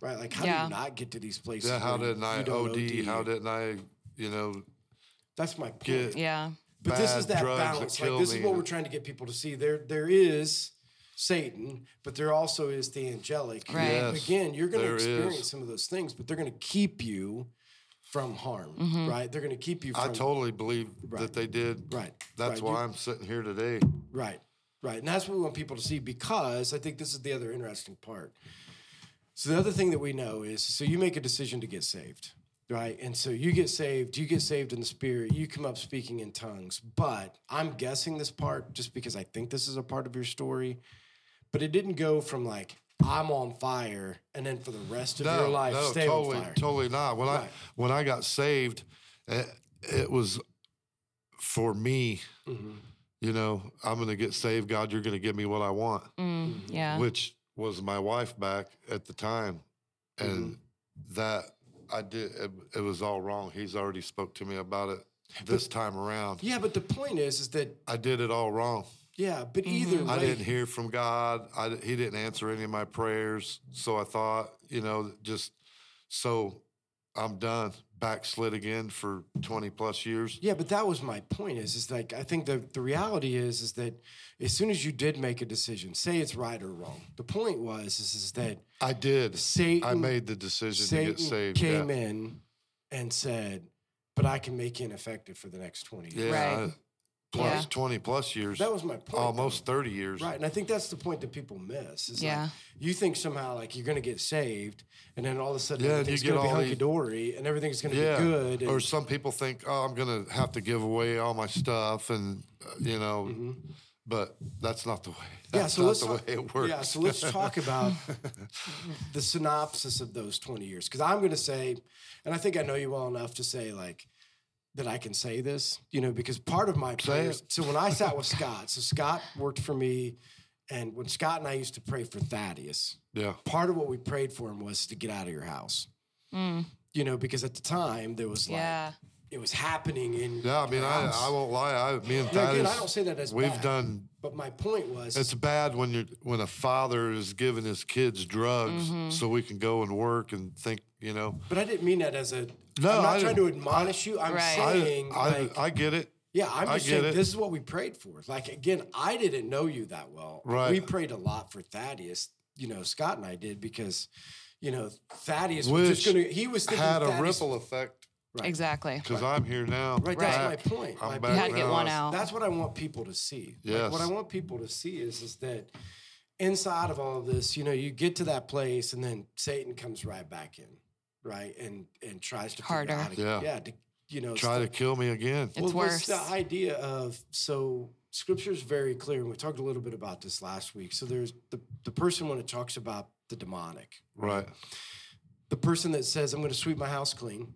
Speaker 2: Right? Like, how
Speaker 1: Mm-hmm.
Speaker 2: do
Speaker 1: Yeah.
Speaker 2: you not get to these places?
Speaker 3: yeah, how
Speaker 2: where you-
Speaker 3: didn't I
Speaker 2: you don't
Speaker 3: OD? How
Speaker 2: or-
Speaker 3: didn't I? You know,
Speaker 2: That's my point.
Speaker 3: get
Speaker 1: Yeah.
Speaker 2: But this is
Speaker 3: bad
Speaker 2: that
Speaker 3: drugs that
Speaker 2: balance.
Speaker 3: kill
Speaker 2: Like this is
Speaker 3: me.
Speaker 2: what we're trying to get people to see. There, there is Satan, but there also is the angelic.
Speaker 1: Right.
Speaker 3: Yes,
Speaker 2: Again, you're going to
Speaker 3: there is.
Speaker 2: experience some of those things, but they're going to keep you from harm, right? They're going to keep you
Speaker 3: I
Speaker 2: from
Speaker 3: totally believe
Speaker 2: Right.
Speaker 3: that they did.
Speaker 2: Right,
Speaker 3: That's
Speaker 2: right.
Speaker 3: why
Speaker 2: You-
Speaker 3: I'm sitting here today.
Speaker 2: Right, right. And that's what we want people to see because I think this is the other interesting part. So, the other thing that we know is so you make a decision to get saved, right? And so you get saved, you get saved in the spirit, you come up speaking in tongues. But I'm guessing this part just because I think this is a part of your story, but it didn't go from like, I'm on fire, and then for the rest of your life, stay
Speaker 3: totally,
Speaker 2: on fire.
Speaker 3: totally not. When I
Speaker 2: Right.
Speaker 3: when I got saved, it, it was for me.
Speaker 2: mm-hmm.
Speaker 3: You know, I'm going to get saved. God, you're going to give me what I want,
Speaker 1: Mm,
Speaker 3: Mm-hmm.
Speaker 1: yeah.
Speaker 3: which was my wife back at the time, and
Speaker 2: Mm-hmm.
Speaker 3: that I did. It, it was all wrong. He's already spoke to me about it this time around.
Speaker 2: Yeah, but the point is, is that,
Speaker 3: I did it all wrong.
Speaker 2: yeah, but either way,
Speaker 3: I didn't hear from God. I, di- he didn't answer any of my prayers. So I thought, you know, just so I'm done. Backslid again for 20 plus years.
Speaker 2: Yeah, but that was my point. Is is like I think the the reality is is that as soon as you did make a decision, say it's right or wrong. The point was is is that
Speaker 3: I did. I
Speaker 2: Satan-
Speaker 3: made the decision to
Speaker 2: Satan
Speaker 3: get saved.
Speaker 2: came
Speaker 3: yeah.
Speaker 2: in and said, "But I can make you ineffective for the next twenty years."
Speaker 3: Yeah.
Speaker 1: Right.
Speaker 3: plus
Speaker 1: Yeah.
Speaker 3: 20 plus years.
Speaker 2: That was my point. though.
Speaker 3: almost 30 years.
Speaker 2: Right, and I think that's the point that people miss. Is
Speaker 1: Yeah.
Speaker 2: like, you think somehow like you're going to get saved, and then all of a sudden
Speaker 3: Yeah, and you
Speaker 2: everything's
Speaker 3: get
Speaker 2: going to be
Speaker 3: all these-
Speaker 2: hunky dory, and everything's going to
Speaker 3: Yeah.
Speaker 2: be good. And,
Speaker 3: Or some people think, oh, I'm going to have to give away all my stuff and, uh, you know, but that's not the way. That's
Speaker 2: Mm-hmm. yeah, so
Speaker 3: not
Speaker 2: let's
Speaker 3: the way
Speaker 2: talk-
Speaker 3: it works.
Speaker 2: Yeah, so let's talk about the synopsis of those 20 years. Because I'm going to say, and I think I know you well enough to say, like, that I can say this, you know, because part of my prayers. So when I sat with Scott, so Scott worked for me, and when Scott and I used to pray for Thaddeus,
Speaker 3: yeah.
Speaker 2: part of what we prayed for him was to get out of your house. You know, because at the time there was like
Speaker 1: yeah.
Speaker 2: it was happening in
Speaker 3: Yeah, I mean,
Speaker 2: your
Speaker 3: I,
Speaker 2: house.
Speaker 3: I won't lie. I, me
Speaker 2: Now,
Speaker 3: and Thaddeus,
Speaker 2: again, I don't say that as
Speaker 3: we've
Speaker 2: bad,
Speaker 3: done.
Speaker 2: but my point was
Speaker 3: It's bad when you when a father is giving his kids drugs
Speaker 1: Mm-hmm.
Speaker 3: so we can go and work and think. You know,
Speaker 2: But I didn't mean that as a.
Speaker 3: No,
Speaker 2: I'm not
Speaker 3: I
Speaker 2: trying to
Speaker 3: didn't-
Speaker 2: admonish you. I'm
Speaker 1: Right. I-
Speaker 2: saying,
Speaker 3: I
Speaker 2: like,
Speaker 3: I get it.
Speaker 2: yeah, I'm
Speaker 3: I
Speaker 2: just
Speaker 3: get
Speaker 2: saying
Speaker 3: it.
Speaker 2: this is what we prayed for. Like again, I didn't know you that well.
Speaker 3: Right.
Speaker 2: We prayed a lot for Thaddeus. You know, Scott and I did because, you know, Thaddeus was just
Speaker 3: Which
Speaker 2: gonna. He was thinking
Speaker 3: Had a
Speaker 2: Thaddeus-
Speaker 3: ripple effect
Speaker 2: Right.
Speaker 1: Exactly.
Speaker 3: because I'm here now.
Speaker 2: Right. That's
Speaker 1: Right.
Speaker 2: my point.
Speaker 3: I'm
Speaker 2: my point
Speaker 3: back
Speaker 1: You had to get
Speaker 3: now.
Speaker 1: one out.
Speaker 2: That's what I want people to see. Like,
Speaker 3: Yes.
Speaker 2: what I want people to see is is that inside of all of this, you know, you get to that place and then Satan comes right back in, right? And and tries to
Speaker 1: Harder.
Speaker 2: Figure out how to,
Speaker 3: Yeah.
Speaker 2: yeah, to, you know,
Speaker 3: Try to kill me again.
Speaker 1: It's
Speaker 2: well, what's
Speaker 1: worse.
Speaker 2: the idea of so scripture is very clear, and we talked a little bit about this last week. So there's the the person when it talks about the demonic,
Speaker 3: Right.
Speaker 2: the person that says, "I'm going to sweep my house clean,"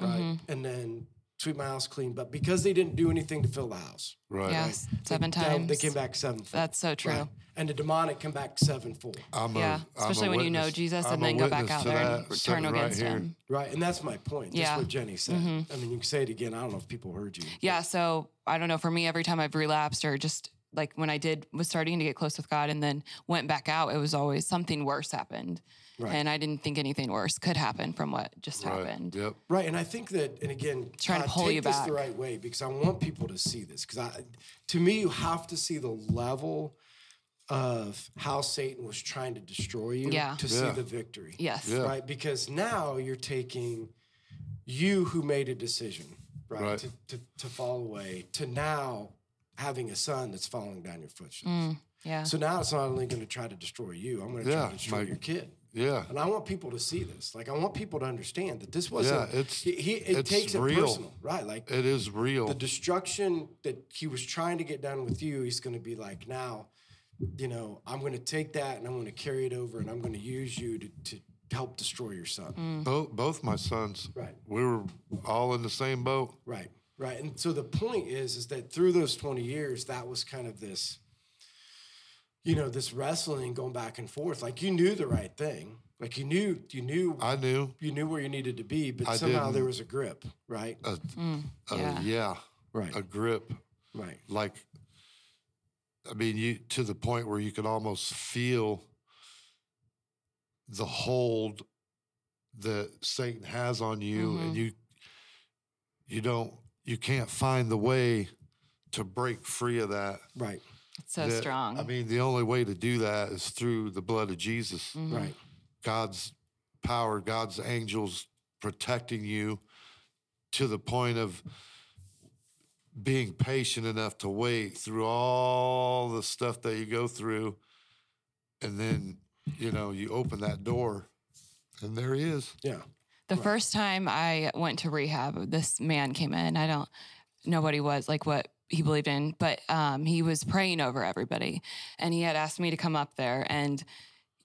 Speaker 2: right,
Speaker 1: Mm-hmm.
Speaker 2: and then sweep my house clean, but because they didn't do anything to fill the house,
Speaker 3: Right.
Speaker 1: Yes. Seven
Speaker 2: they-
Speaker 1: times.
Speaker 2: they came back sevenfold.
Speaker 1: That's so true.
Speaker 2: right? And the demonic come back sevenfold,
Speaker 3: I'm
Speaker 1: Yeah,
Speaker 3: a, I'm a
Speaker 1: especially when you know
Speaker 3: witness-
Speaker 1: Jesus and
Speaker 3: I'm a
Speaker 1: then go back
Speaker 3: witness
Speaker 1: out
Speaker 3: to
Speaker 1: there and
Speaker 3: that
Speaker 1: turn
Speaker 3: sitting right
Speaker 1: against
Speaker 3: here.
Speaker 1: him.
Speaker 2: right? And that's my point.
Speaker 1: Yeah. Mm-hmm.
Speaker 2: That's what Jenny said. I mean, you can say it again. I don't know if people heard you.
Speaker 1: Yeah. So I don't know. For me, every time I've relapsed or just like when I did was starting to get close with God and then went back out, it was always something worse happened.
Speaker 2: Right.
Speaker 1: And I didn't think anything worse could happen from what just happened.
Speaker 3: Right. Yep.
Speaker 2: Right, and I think that, and again,
Speaker 1: Trying to
Speaker 2: God,
Speaker 1: pull
Speaker 2: take
Speaker 1: you
Speaker 2: this
Speaker 1: back.
Speaker 2: the right way because I want people to see this because I, to me, you have to see the level of how Satan was trying to destroy you
Speaker 1: Yeah.
Speaker 2: to
Speaker 3: Yeah.
Speaker 2: see the victory.
Speaker 1: Yes.
Speaker 3: Yeah.
Speaker 2: right? Because now you're taking you who made a decision, right,
Speaker 3: Right.
Speaker 2: To, to to fall away to now having a son that's following down your footsteps.
Speaker 1: Mm. Yeah.
Speaker 2: So now it's not only going to try to destroy you, I'm going to try
Speaker 3: Yeah,
Speaker 2: to destroy
Speaker 3: my-
Speaker 2: your kid.
Speaker 3: Yeah.
Speaker 2: And I want people to see this. Like I want people to understand that this wasn't.
Speaker 3: Yeah, it's-
Speaker 2: he, he, it
Speaker 3: it's
Speaker 2: takes it
Speaker 3: real.
Speaker 2: personal, right? Like
Speaker 3: It is real.
Speaker 1: Mm-hmm.
Speaker 2: the destruction that he was trying to get done with you, he's going to be like, now, you know, I'm going to take that and I'm going to carry it over and I'm going to use you to, to help destroy your son.
Speaker 3: both both my sons.
Speaker 2: Right.
Speaker 3: We were all in the same boat.
Speaker 2: Right, right. And so the point is, is that through those 20 years, that was kind of this, you know, this wrestling going back and forth. Like you knew the right thing. Like you knew, you knew,
Speaker 3: I knew.
Speaker 2: you knew where you needed to be, but
Speaker 3: I
Speaker 2: somehow there
Speaker 3: didn't.
Speaker 2: was a grip, right?
Speaker 3: A, a-
Speaker 1: Mm. yeah.
Speaker 3: uh, yeah.
Speaker 2: Right.
Speaker 3: A grip.
Speaker 2: Right.
Speaker 3: Like I mean, you to the point where you could almost feel the hold that Satan has on you
Speaker 1: Mm-hmm.
Speaker 3: and you you don't you can't find the way to break free of that.
Speaker 2: Right.
Speaker 1: It's so
Speaker 3: that-
Speaker 1: strong.
Speaker 3: I mean, the only way to do that is through the blood of Jesus.
Speaker 1: Mm-hmm.
Speaker 2: Right.
Speaker 3: God's power, God's angels protecting you to the point of being patient enough to wait through all the stuff that you go through. And then, you know, you open that door and there he is.
Speaker 2: Yeah.
Speaker 1: The first time I went to rehab, this man came in. I don't know what he was, like what he believed in, but um, he was praying over everybody. And he had asked me to come up there. And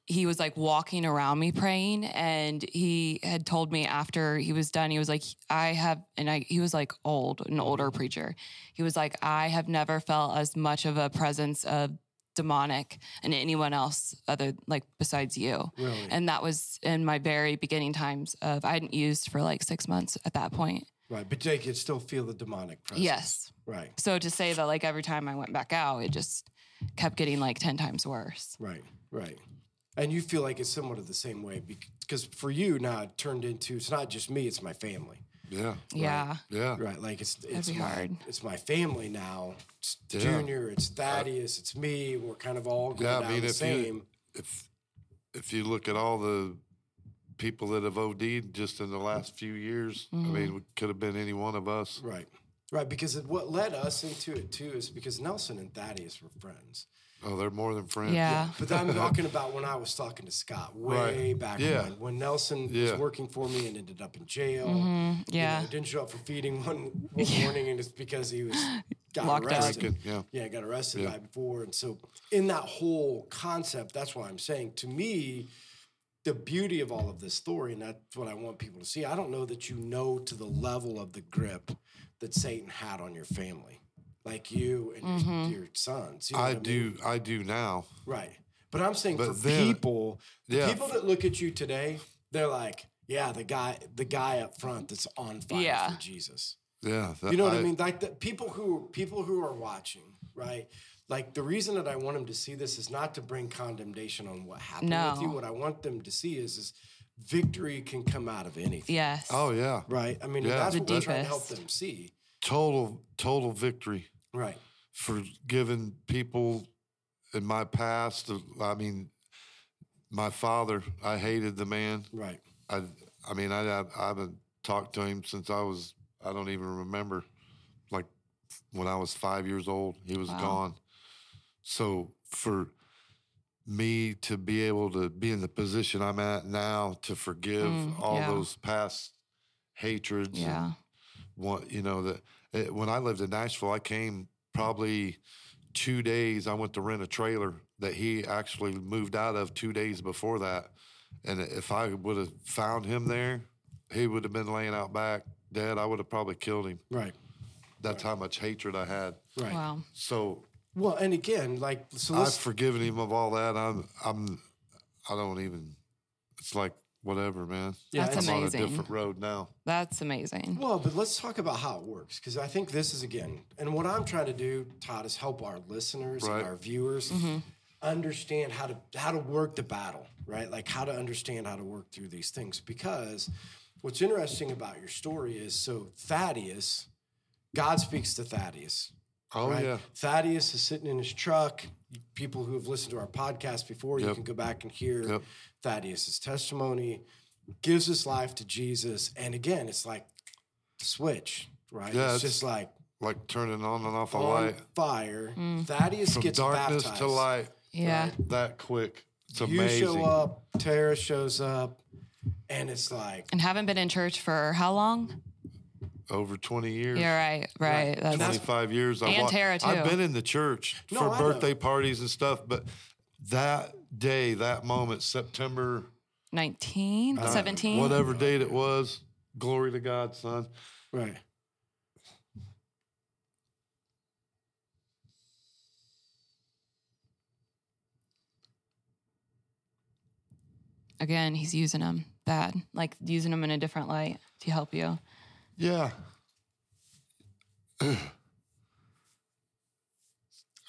Speaker 1: he was like walking around me praying. And he had told me after he was done, he was like, I have, and I, he was like old, an older preacher. He was like, I have never felt as much of a presence of demonic and anyone else other like besides you
Speaker 2: Really.
Speaker 1: and that was in my very beginning times of i hadn't used for like six months at that point
Speaker 2: Right. But they could still feel the demonic presence.
Speaker 1: yes
Speaker 2: Right.
Speaker 1: so to say that like every time i went back out it just kept getting like 10 times worse
Speaker 2: Right. Right. And you feel like it's somewhat of the same way because for you now it turned into it's not just me, it's my family.
Speaker 3: Yeah.
Speaker 1: yeah
Speaker 3: Yeah.
Speaker 2: Right. Like it's it's
Speaker 1: be
Speaker 2: my,
Speaker 1: hard.
Speaker 2: it's my family now. It's
Speaker 3: Yeah.
Speaker 2: Junior, it's Thaddeus, it's me. We're kind of all going
Speaker 3: Yeah, I
Speaker 2: down
Speaker 3: mean,
Speaker 2: the
Speaker 3: if you-
Speaker 2: same.
Speaker 3: If if you look at all the people that have OD'd just in the last few years, I mean, it could have been any one of us.
Speaker 2: Right. Right. Because it, what led us into it too is because Nelson and Thaddeus were friends.
Speaker 3: Oh, they're more than friends.
Speaker 1: yeah
Speaker 2: But I'm talking about when I was talking to Scott way back
Speaker 3: Yeah.
Speaker 2: when, when Nelson
Speaker 3: Yeah.
Speaker 2: was working for me and ended up in jail.
Speaker 1: Mm, yeah,
Speaker 2: You know, didn't show up for feeding one, one morning, and it's because he was got
Speaker 1: Locked up.
Speaker 2: arrested.
Speaker 3: Drinking, yeah.
Speaker 2: yeah, got arrested
Speaker 3: Yeah.
Speaker 2: the night before, and so in that whole concept, that's what I'm saying. To me, the beauty of all of this story, and that's what I want people to see. I don't know that you know to the level of the grip that Satan had on your family, like you and
Speaker 1: Mm-hmm.
Speaker 2: your, your sons. You know
Speaker 3: I,
Speaker 2: what mean?
Speaker 3: do. I do now.
Speaker 2: Right. But I'm saying
Speaker 3: But
Speaker 2: for
Speaker 3: then-
Speaker 2: people, the
Speaker 3: Yeah.
Speaker 2: people that look at you today, they're like, yeah, the guy, the guy up front that's on fire
Speaker 1: Yeah.
Speaker 2: for Jesus.
Speaker 3: Yeah. that-
Speaker 2: You know what I mean? Like the people who people who are watching, right? Like the reason that I want them to see this is not to bring condemnation on what happened with you.
Speaker 1: No.
Speaker 2: What I want them to see is is victory can come out of anything.
Speaker 1: yes
Speaker 3: Oh yeah.
Speaker 2: Right. I mean,
Speaker 3: Yeah.
Speaker 2: that's
Speaker 3: The
Speaker 2: what we're trying to help
Speaker 1: deepest.
Speaker 2: them see.
Speaker 3: Total. Total victory
Speaker 2: Right.
Speaker 3: for giving people in my past. uh, I mean, my father. I hated the man.
Speaker 2: Right.
Speaker 3: I. I mean, I. I, I haven't talked to him since I was. I don't even remember. Like when I was five years old, he was
Speaker 1: Wow.
Speaker 3: gone. So for me to be able to be in the position I'm at now to forgive
Speaker 1: Mm,
Speaker 3: all
Speaker 1: yeah.
Speaker 3: those past hatreds and
Speaker 1: yeah
Speaker 3: one you know that it, when i lived in nashville i came probably two days i went to rent a trailer that he actually moved out of two days before that and if i would have found him there he would have been laying out back dead i would have probably killed him
Speaker 2: Right.
Speaker 3: that's how much hatred i had
Speaker 2: Right.
Speaker 1: wow
Speaker 3: so
Speaker 2: Well, and again, like so
Speaker 3: i've
Speaker 2: let's
Speaker 3: forgiven him of all that i'm i'm i don't even it's like whatever man
Speaker 2: Yeah,
Speaker 1: That's
Speaker 3: i'm on
Speaker 1: amazing.
Speaker 3: a different road now
Speaker 1: that's amazing
Speaker 2: Well, but let's talk about how it works because I think this is again, and what I'm trying to do, Todd, is help our listeners
Speaker 3: Right.
Speaker 2: and our viewers understand how to how to work the battle, right? Like how to understand how to work through these things. Because what's interesting about your story is so Thaddeus, God speaks to Thaddeus,
Speaker 3: oh
Speaker 2: right?
Speaker 3: yeah
Speaker 2: Thaddeus is sitting in his truck. People who have listened to our podcast before, you
Speaker 3: Yep.
Speaker 2: can go back and hear
Speaker 3: Yep.
Speaker 2: Thaddeus's testimony. Gives his life to Jesus, and again, it's like the switch, right?
Speaker 3: Yeah,
Speaker 2: it's
Speaker 3: it's
Speaker 2: just like
Speaker 3: like turning on and off a
Speaker 2: on
Speaker 3: light
Speaker 2: fire. Thaddeus
Speaker 3: from
Speaker 2: gets
Speaker 3: darkness
Speaker 2: baptized.
Speaker 3: to light
Speaker 1: yeah
Speaker 3: that quick. It's
Speaker 2: You
Speaker 3: amazing.
Speaker 2: show up, Tara shows up, and it's like
Speaker 1: and haven't been in church for how long
Speaker 3: Over 20 years.
Speaker 1: yeah right right that's
Speaker 3: 25 years. I
Speaker 1: And
Speaker 3: wa-
Speaker 1: Tara,
Speaker 3: I've
Speaker 1: too.
Speaker 3: been in the church
Speaker 2: No,
Speaker 3: for
Speaker 2: I know.
Speaker 3: birthday parties and stuff, but that day, that moment, September
Speaker 1: 19 17
Speaker 3: whatever date it was, glory to God, son.
Speaker 2: right.
Speaker 1: again he's using them bad like using them in a different light to help you
Speaker 3: Yeah.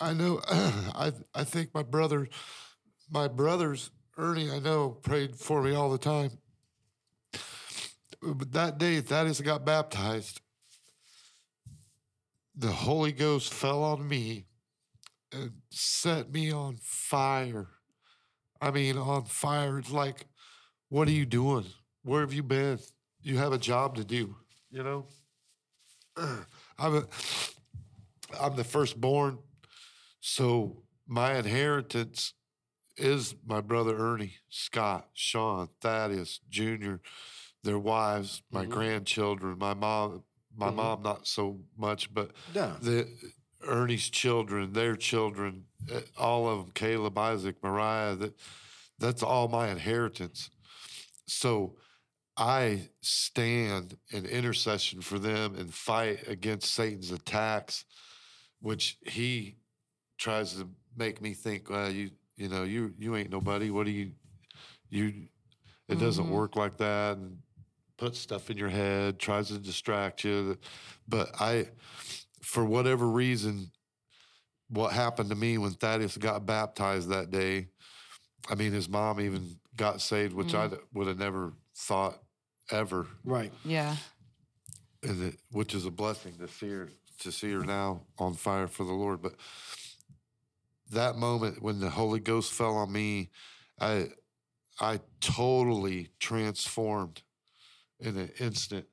Speaker 4: I know. I I think my brother, my brothers, Ernie, I know, prayed for me all the time. But that day, Thaddeus got baptized. The Holy Ghost fell on me
Speaker 3: and set me on fire. I mean, on fire. It's like, what are you doing? Where have you been? You have a job to do, you know? I'm, a, I'm the firstborn, so my inheritance is my brother Ernie, Scott, Sean, Thaddeus, Junior, their wives, my
Speaker 2: Mhm.
Speaker 3: grandchildren, my mom, my
Speaker 2: Mhm.
Speaker 3: mom not so much, but
Speaker 2: No.
Speaker 3: the Ernie's children, their children, uh, all of them, Caleb, Isaac, Mariah, that that's all my inheritance. So I stand in intercession for them and fight against Satan's attacks, which he tries to make me think, well, you you know, you you ain't nobody. What do you you it doesn't work like that and puts stuff in your head, tries to distract you. But I for whatever reason, what happened to me when Thaddeus got baptized that day, I mean, his mom even got saved, which I d- would have never thought ever,
Speaker 2: Right.
Speaker 5: Yeah.
Speaker 3: and it, which is a blessing to see her to see her now on fire for the Lord. But that moment when the Holy Ghost fell on me, I I totally transformed in an instant.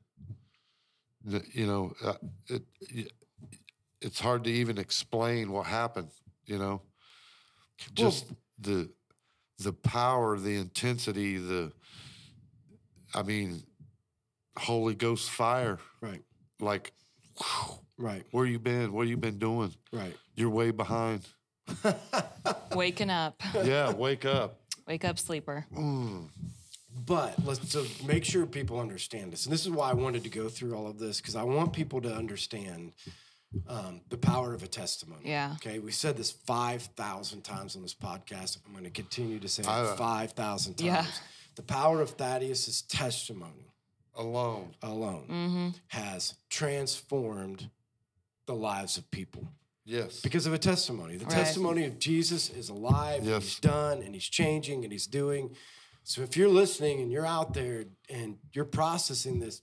Speaker 3: The- You know, uh, it, it's hard to even explain what happened. You know, just the the power, the intensity, the I mean, Holy Ghost fire.
Speaker 2: Right.
Speaker 3: Like, whew,
Speaker 2: Right.
Speaker 3: where you been? What you been doing?
Speaker 2: Right.
Speaker 3: You're way behind.
Speaker 5: Waking up.
Speaker 3: Yeah, wake up.
Speaker 5: Wake up, sleeper.
Speaker 2: But let's so make sure people understand this. And this is why I wanted to go through all of this because I want people to understand um, the power of a testimony.
Speaker 5: Yeah.
Speaker 2: Okay. We said this 5,000 times on this podcast. I'm going to continue to say
Speaker 3: I-
Speaker 2: it 5,000 times.
Speaker 5: Yeah.
Speaker 2: The power of Thaddeus' testimony
Speaker 3: Alone.
Speaker 2: alone
Speaker 1: Mm-hmm.
Speaker 5: Mm.
Speaker 2: has transformed the lives of people
Speaker 3: Yes.
Speaker 2: because of a testimony. The
Speaker 5: Right.
Speaker 2: testimony of Jesus is alive, and
Speaker 3: Yes.
Speaker 2: he's done, and he's changing, and he's doing. So if you're listening and you're out there and you're processing this,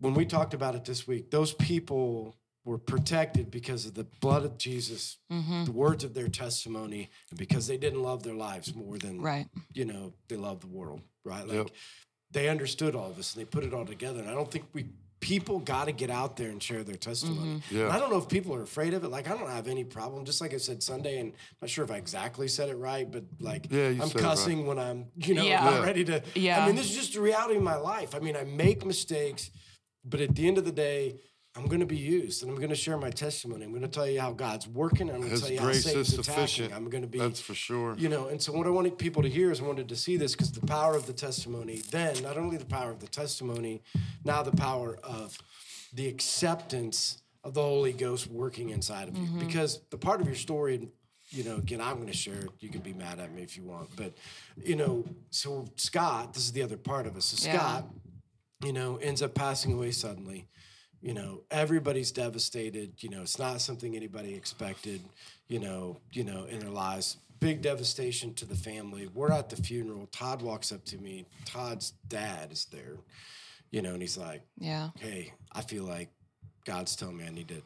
Speaker 2: when we talked about it this week, those people were protected because of the blood of Jesus,
Speaker 1: Mm-hmm. Mm.
Speaker 2: the words of their testimony, and because they didn't love their lives more than
Speaker 5: Right.
Speaker 2: you know, they love the world, right? Like
Speaker 3: Yep.
Speaker 2: they understood all of this and they put it all together. And I don't think we people got to get out there and share their testimony.
Speaker 5: Mm-hmm.
Speaker 3: Yeah.
Speaker 2: And I don't know if people are afraid of it. Like I don't have any problem. Just like I said Sunday, and I'm not sure if I exactly said it right, but like
Speaker 3: Yeah, you
Speaker 2: I'm
Speaker 3: said it right.
Speaker 2: cussing when I'm, you know,
Speaker 5: Yeah.
Speaker 2: not
Speaker 3: Yeah.
Speaker 2: ready to.
Speaker 5: Yeah.
Speaker 2: I mean, this is just the reality of my life. I mean, I make mistakes, but at the end of the day. I'm going to be used, and I'm going to share my testimony. I'm going to tell you how God's working. I'm going to
Speaker 3: His
Speaker 2: tell you how
Speaker 3: grace
Speaker 2: Satan's
Speaker 3: is
Speaker 2: attacking.
Speaker 3: sufficient.
Speaker 2: I'm going to be
Speaker 3: That's for sure.
Speaker 2: you know, and so what I wanted people to hear is I wanted to see this because the power of the testimony, then not only the power of the testimony, now the power of the acceptance of the Holy Ghost working inside of you. Because the part of your story, and, you know, again, I'm going to share it. You can be mad at me if you want. But, you know, so Scott, this is the other part of us. So
Speaker 5: Yeah.
Speaker 2: Scott, you know, ends up passing away suddenly. You know, everybody's devastated. You know, it's not something anybody expected. You know, you know, in their lives, big devastation to the family. We're at the funeral. Todd walks up to me. Todd's dad is there. You know, and he's like,
Speaker 5: Yeah.
Speaker 2: "Hey, I feel like God's telling me I need to."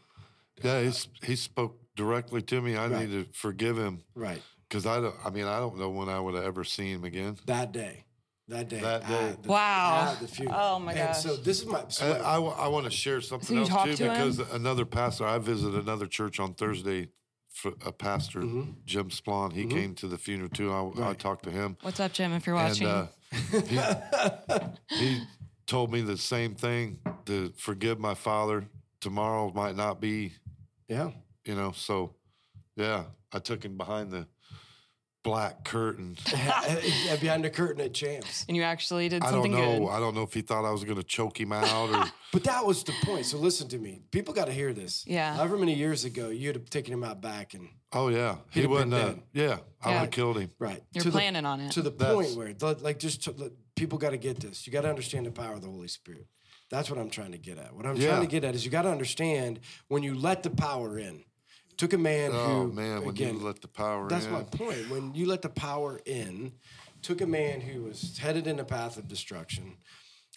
Speaker 3: yeah, he's, he spoke directly to me. I
Speaker 2: Right.
Speaker 3: need to forgive him
Speaker 2: Right
Speaker 3: because I don't. I mean, I don't know when I would have ever seen him again.
Speaker 2: that day, that day,
Speaker 3: That day. Uh,
Speaker 2: at the-
Speaker 5: Wow.
Speaker 2: at the funeral.
Speaker 5: Oh, my
Speaker 2: And
Speaker 5: gosh.
Speaker 2: so this is my.
Speaker 3: I, I, want to share something
Speaker 5: So you
Speaker 3: else
Speaker 5: talked
Speaker 3: too
Speaker 5: to him?
Speaker 3: because another pastor, I visited another church on Thursday for a pastor, Jim Splon. He came to the funeral too. I, I
Speaker 2: Mm-hmm. Right.
Speaker 3: talked to him.
Speaker 5: What's up, Jim? If you're watching.
Speaker 3: uh, And, uh, he, he told me the same thing to forgive my father. Tomorrow might not be,
Speaker 2: yeah.
Speaker 3: you know. So, yeah, I took him behind the black curtain.
Speaker 2: Behind the curtain at Champs.
Speaker 5: and you actually did
Speaker 3: I don't
Speaker 5: something
Speaker 3: know.
Speaker 5: good.
Speaker 3: I don't know if he thought I was going to choke him out or.
Speaker 2: But that was the point. So listen to me. People got to hear this.
Speaker 5: Yeah.
Speaker 2: However many years ago, you'd have taken him out back and
Speaker 3: oh yeah, he
Speaker 2: He'd have been
Speaker 3: wasn't. Uh,
Speaker 2: dead.
Speaker 3: yeah, I
Speaker 5: Yeah.
Speaker 3: would have killed him.
Speaker 2: right.
Speaker 5: You're
Speaker 2: to the-
Speaker 5: planning on it.
Speaker 2: to the
Speaker 3: That's-
Speaker 2: point where the- like just to, like, people got to get this. You got to understand the power of the Holy Spirit. That's what I'm trying to get at. What I'm trying
Speaker 3: Yeah.
Speaker 2: to get at is you got to understand when you let the power in. Took a man
Speaker 3: Oh
Speaker 2: who
Speaker 3: man, when
Speaker 2: again,
Speaker 3: you let the power
Speaker 2: That's
Speaker 3: in.
Speaker 2: my point. When you let the power in, took a man who was headed in a path of destruction,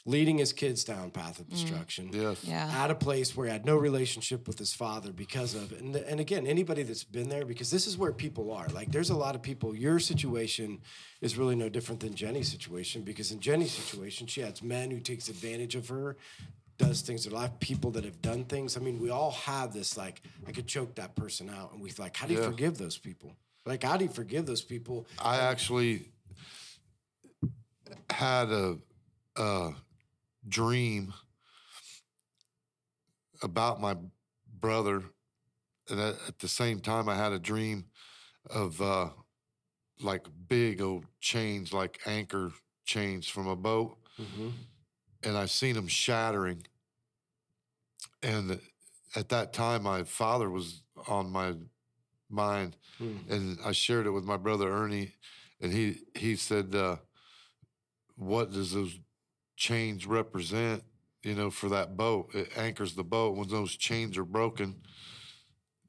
Speaker 2: leading his kids down path
Speaker 5: Mm.
Speaker 2: of destruction.
Speaker 3: Yes.
Speaker 5: Yeah.
Speaker 2: At a place where he had no relationship with his father because of, and, and again, anybody that's been there, because this is where people are. Like, there's a lot of people, your situation is really no different than Jenny's situation, because in Jenny's situation, she has men who takes advantage of her, does things in her life, people that have done things. I mean, we all have this, like, I could choke that person out. And we like, how do you
Speaker 3: Yeah.
Speaker 2: forgive those people? Like, how do you forgive those people?
Speaker 3: I actually had a, a dream about my brother, and at, at the same time, I had a dream of uh, like big old chains, like anchor chains from a boat, and I seen them shattering. And at that time, my father was on my mind,
Speaker 2: Hmm.
Speaker 3: and I shared it with my brother Ernie, and he he said, uh, "What does those chains represent? You know, for that boat, it anchors the boat. When those chains are broken,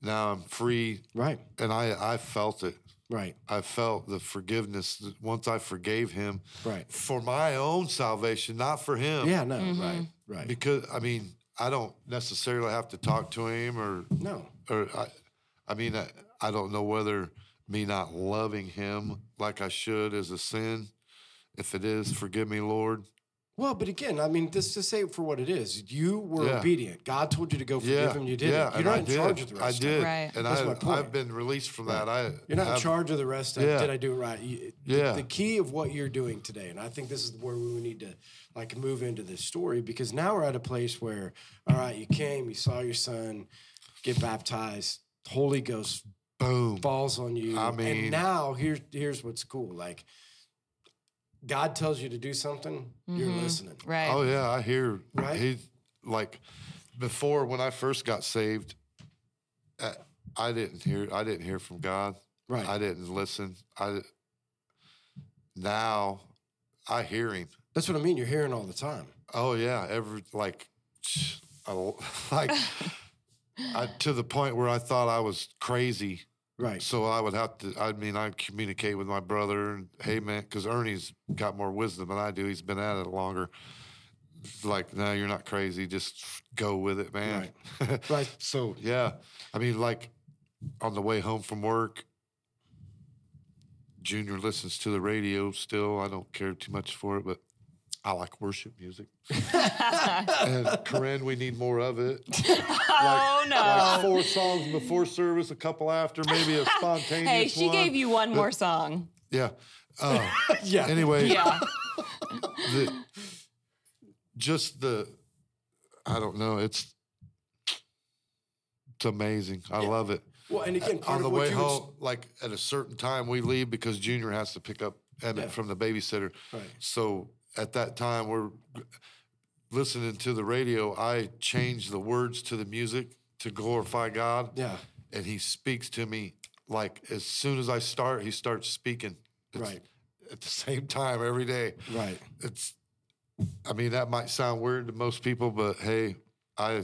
Speaker 3: now I'm free."
Speaker 2: Right,
Speaker 3: And I I felt it.
Speaker 2: right,
Speaker 3: I felt the forgiveness that once I forgave him
Speaker 2: right.
Speaker 3: for my own salvation, not for him.
Speaker 2: Yeah, no, right, right.
Speaker 3: Because I mean, I don't necessarily have to talk to him or
Speaker 2: no,
Speaker 3: or I, I mean, I, I don't know whether me not loving him like I should is a sin. If it is, forgive me, Lord.
Speaker 2: Well, but again, I mean, just to say it for what it is, you were
Speaker 3: Yeah.
Speaker 2: obedient. God told you to go forgive
Speaker 3: Yeah,
Speaker 2: him. You did.
Speaker 3: yeah,
Speaker 2: not You're
Speaker 3: and
Speaker 2: not
Speaker 3: I
Speaker 2: in
Speaker 3: did.
Speaker 2: charge of the rest.
Speaker 3: I
Speaker 2: of it.
Speaker 3: did,
Speaker 5: Right.
Speaker 3: and
Speaker 2: That's
Speaker 3: I,
Speaker 2: my point.
Speaker 3: I've been released from that. I
Speaker 2: You're not in
Speaker 3: have-
Speaker 2: charge of the rest of it.
Speaker 3: Yeah.
Speaker 2: Did I do it right? You-
Speaker 3: Yeah.
Speaker 2: The key of what you're doing today, and I think this is where we need to like move into this story because now we're at a place where, all right, you came, you saw your son get baptized, Holy Ghost
Speaker 3: Boom.
Speaker 2: falls on you.
Speaker 3: I
Speaker 2: and
Speaker 3: mean-
Speaker 2: now here's here's what's cool. Like God tells you to do something, you're listening.
Speaker 5: Right.
Speaker 3: Oh yeah, I hear.
Speaker 2: Right?
Speaker 3: He like before when I first got saved, I, I didn't hear. I didn't hear from God.
Speaker 2: Right.
Speaker 3: I didn't listen. I now I hear Him.
Speaker 2: That's what I mean. You're hearing all the time.
Speaker 3: Oh yeah, every like, I, like, I, to the point where I thought I was crazy.
Speaker 2: Right.
Speaker 3: So I would have to. I mean, I communicate with my brother. And, hey man, because Ernie's got more wisdom than I do. He's been at it longer. Like, no, you're not crazy. Just go with it, man.
Speaker 2: Right.
Speaker 3: so yeah, I mean, like, on the way home from work. Junior listens to the radio still. I don't care too much for it, but I like worship music. and Corinne, we need more of it.
Speaker 5: oh no.
Speaker 3: Like four songs before service, a couple after, maybe a spontaneous
Speaker 5: hey, she
Speaker 3: one.
Speaker 5: gave you one more song.
Speaker 3: Yeah. Uh,
Speaker 2: Yeah.
Speaker 3: anyway,
Speaker 5: Yeah.
Speaker 3: the, just the, I don't know. It's it's amazing. I love it.
Speaker 2: Well, and again, part
Speaker 3: uh, On the
Speaker 2: of what
Speaker 3: way
Speaker 2: you
Speaker 3: home, like at a certain time, we leave because Junior has to pick up Emmett
Speaker 2: Yeah.
Speaker 3: from the babysitter.
Speaker 2: Right.
Speaker 3: So at that time, we're listening to the radio. I change the words to the music to glorify God.
Speaker 2: Yeah.
Speaker 3: and he speaks to me like as soon as I start, he starts speaking. It's
Speaker 2: Right.
Speaker 3: At the same time every day.
Speaker 2: Right.
Speaker 3: It's I mean, that might sound weird to most people, but hey, I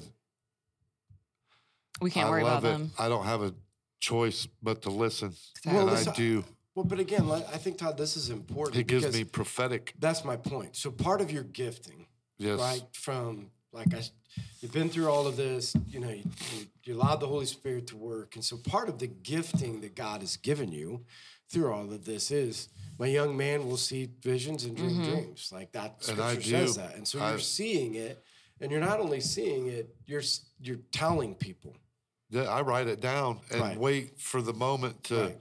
Speaker 5: We can't
Speaker 3: I
Speaker 5: worry
Speaker 3: love
Speaker 5: about
Speaker 3: it.
Speaker 5: them.
Speaker 3: I don't have a choice but to listen.
Speaker 2: Well,
Speaker 3: and
Speaker 2: this-
Speaker 3: I do.
Speaker 2: Well, but again, like, I think Todd, this is important.
Speaker 3: It gives
Speaker 2: because
Speaker 3: me prophetic.
Speaker 2: That's my point. So part of your gifting,
Speaker 3: Yes.
Speaker 2: right? From like I, s- you've been through all of this. You know, you, you, you allowed the Holy Spirit to work, and so part of the gifting that God has given you through all of this is my young man will see visions and dream dreams. Like that
Speaker 3: Mm-hmm. And I
Speaker 2: scripture says
Speaker 3: do.
Speaker 2: that, and so
Speaker 3: I-
Speaker 2: you're seeing it, and you're not only seeing it, you're s- you're telling people.
Speaker 3: Yeah, I write it down and
Speaker 2: Right.
Speaker 3: wait for the moment to
Speaker 2: Right.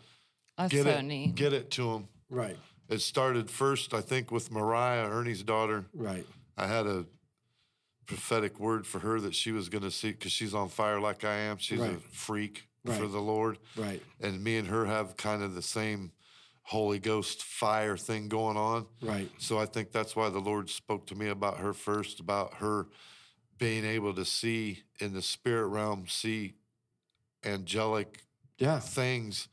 Speaker 5: That's
Speaker 3: get
Speaker 5: so
Speaker 3: it
Speaker 5: neat.
Speaker 3: get it to him.
Speaker 2: Right.
Speaker 3: It started first, I think, with Mariah, Ernie's daughter.
Speaker 2: Right.
Speaker 3: I had a prophetic word for her that she was going to see because she's on fire like I am. She's a
Speaker 2: Right.
Speaker 3: freak for
Speaker 2: Right.
Speaker 3: the Lord.
Speaker 2: Right.
Speaker 3: And me and her have kind of the same Holy Ghost fire thing going on.
Speaker 2: Right.
Speaker 3: So I think that's why the Lord spoke to me about her first, about her being able to see in the spirit realm, see angelic
Speaker 2: Yeah.
Speaker 3: things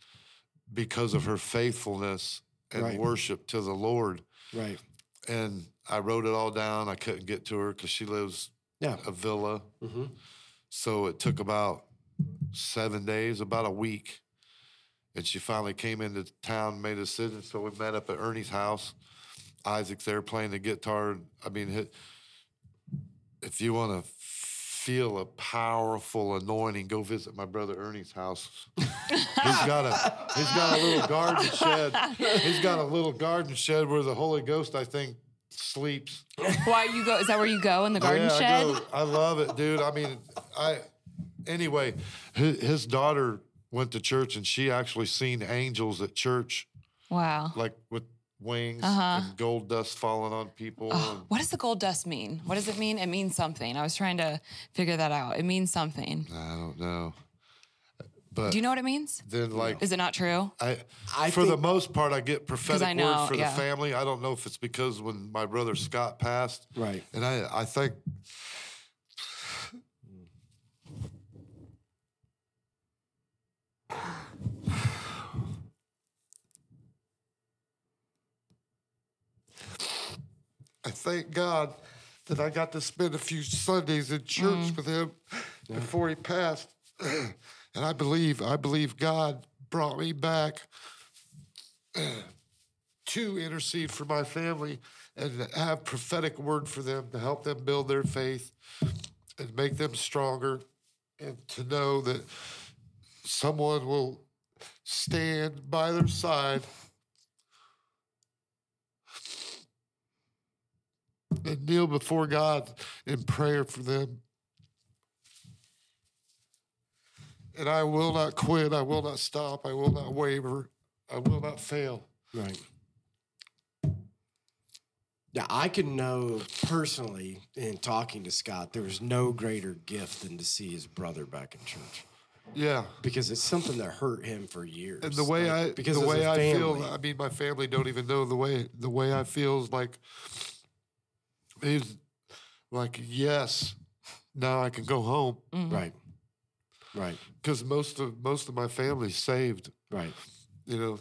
Speaker 3: because of her faithfulness and
Speaker 2: Right.
Speaker 3: worship to the Lord
Speaker 2: Right.
Speaker 3: and I wrote it all down. I couldn't get to her because she lives
Speaker 2: Yeah.
Speaker 3: a villa,
Speaker 2: Mhm.
Speaker 3: so it took about seven days, about a week, and she finally came into town, made a decision. So we met up at Ernie's house. Isaac's there playing the guitar. I mean, hi- if you want to feel a powerful anointing, go visit my brother Ernie's house. he's got a he's got a little garden shed. He's got a little garden shed where the Holy Ghost, I think, sleeps.
Speaker 1: Why you go? Is that where you go in the garden
Speaker 3: yeah,
Speaker 1: shed?
Speaker 3: I, go, I love it, dude. I mean, I anyway, his, his daughter went to church and she actually seen angels at church,
Speaker 1: Wow.
Speaker 3: like with wings
Speaker 1: Uh-huh. Oh.
Speaker 3: and gold dust falling on people. and-
Speaker 1: What does the gold dust mean? What does it mean? It means something. I was trying to figure that out. It means something.
Speaker 3: I don't know. But
Speaker 1: Do you know what it means?
Speaker 3: then, like,
Speaker 1: Is it not true?
Speaker 3: I,
Speaker 2: I
Speaker 3: for the
Speaker 2: think-
Speaker 3: most part, I get prophetic
Speaker 1: I
Speaker 3: word
Speaker 1: know,
Speaker 3: for
Speaker 1: yeah.
Speaker 3: the family. I don't know if it's because when my brother Scott passed,
Speaker 2: Right.
Speaker 3: and I, I think
Speaker 6: I thank God that I got to spend a few Sundays in church with him before he passed. and I believe, I believe God brought me back to intercede for my family and have prophetic word for them to help them build their faith and make them stronger and to know that someone will stand by their side and kneel before God in prayer for them. And I will not quit. I will not stop. I will not waver. I will not fail.
Speaker 2: Right. Yeah, I can know personally in talking to Scott, there was no greater gift than to see his brother back in church
Speaker 3: yeah,
Speaker 2: because it's something that hurt him for years.
Speaker 3: the way
Speaker 2: Like,
Speaker 3: I
Speaker 2: because
Speaker 3: the
Speaker 2: as
Speaker 3: way
Speaker 2: a
Speaker 3: I feel.
Speaker 2: family-
Speaker 3: I mean, my family don't even know the way the way I feel is like is like yes. Now I can go home
Speaker 2: right, right,
Speaker 3: because most of most of my family's saved.
Speaker 2: right,
Speaker 3: You know,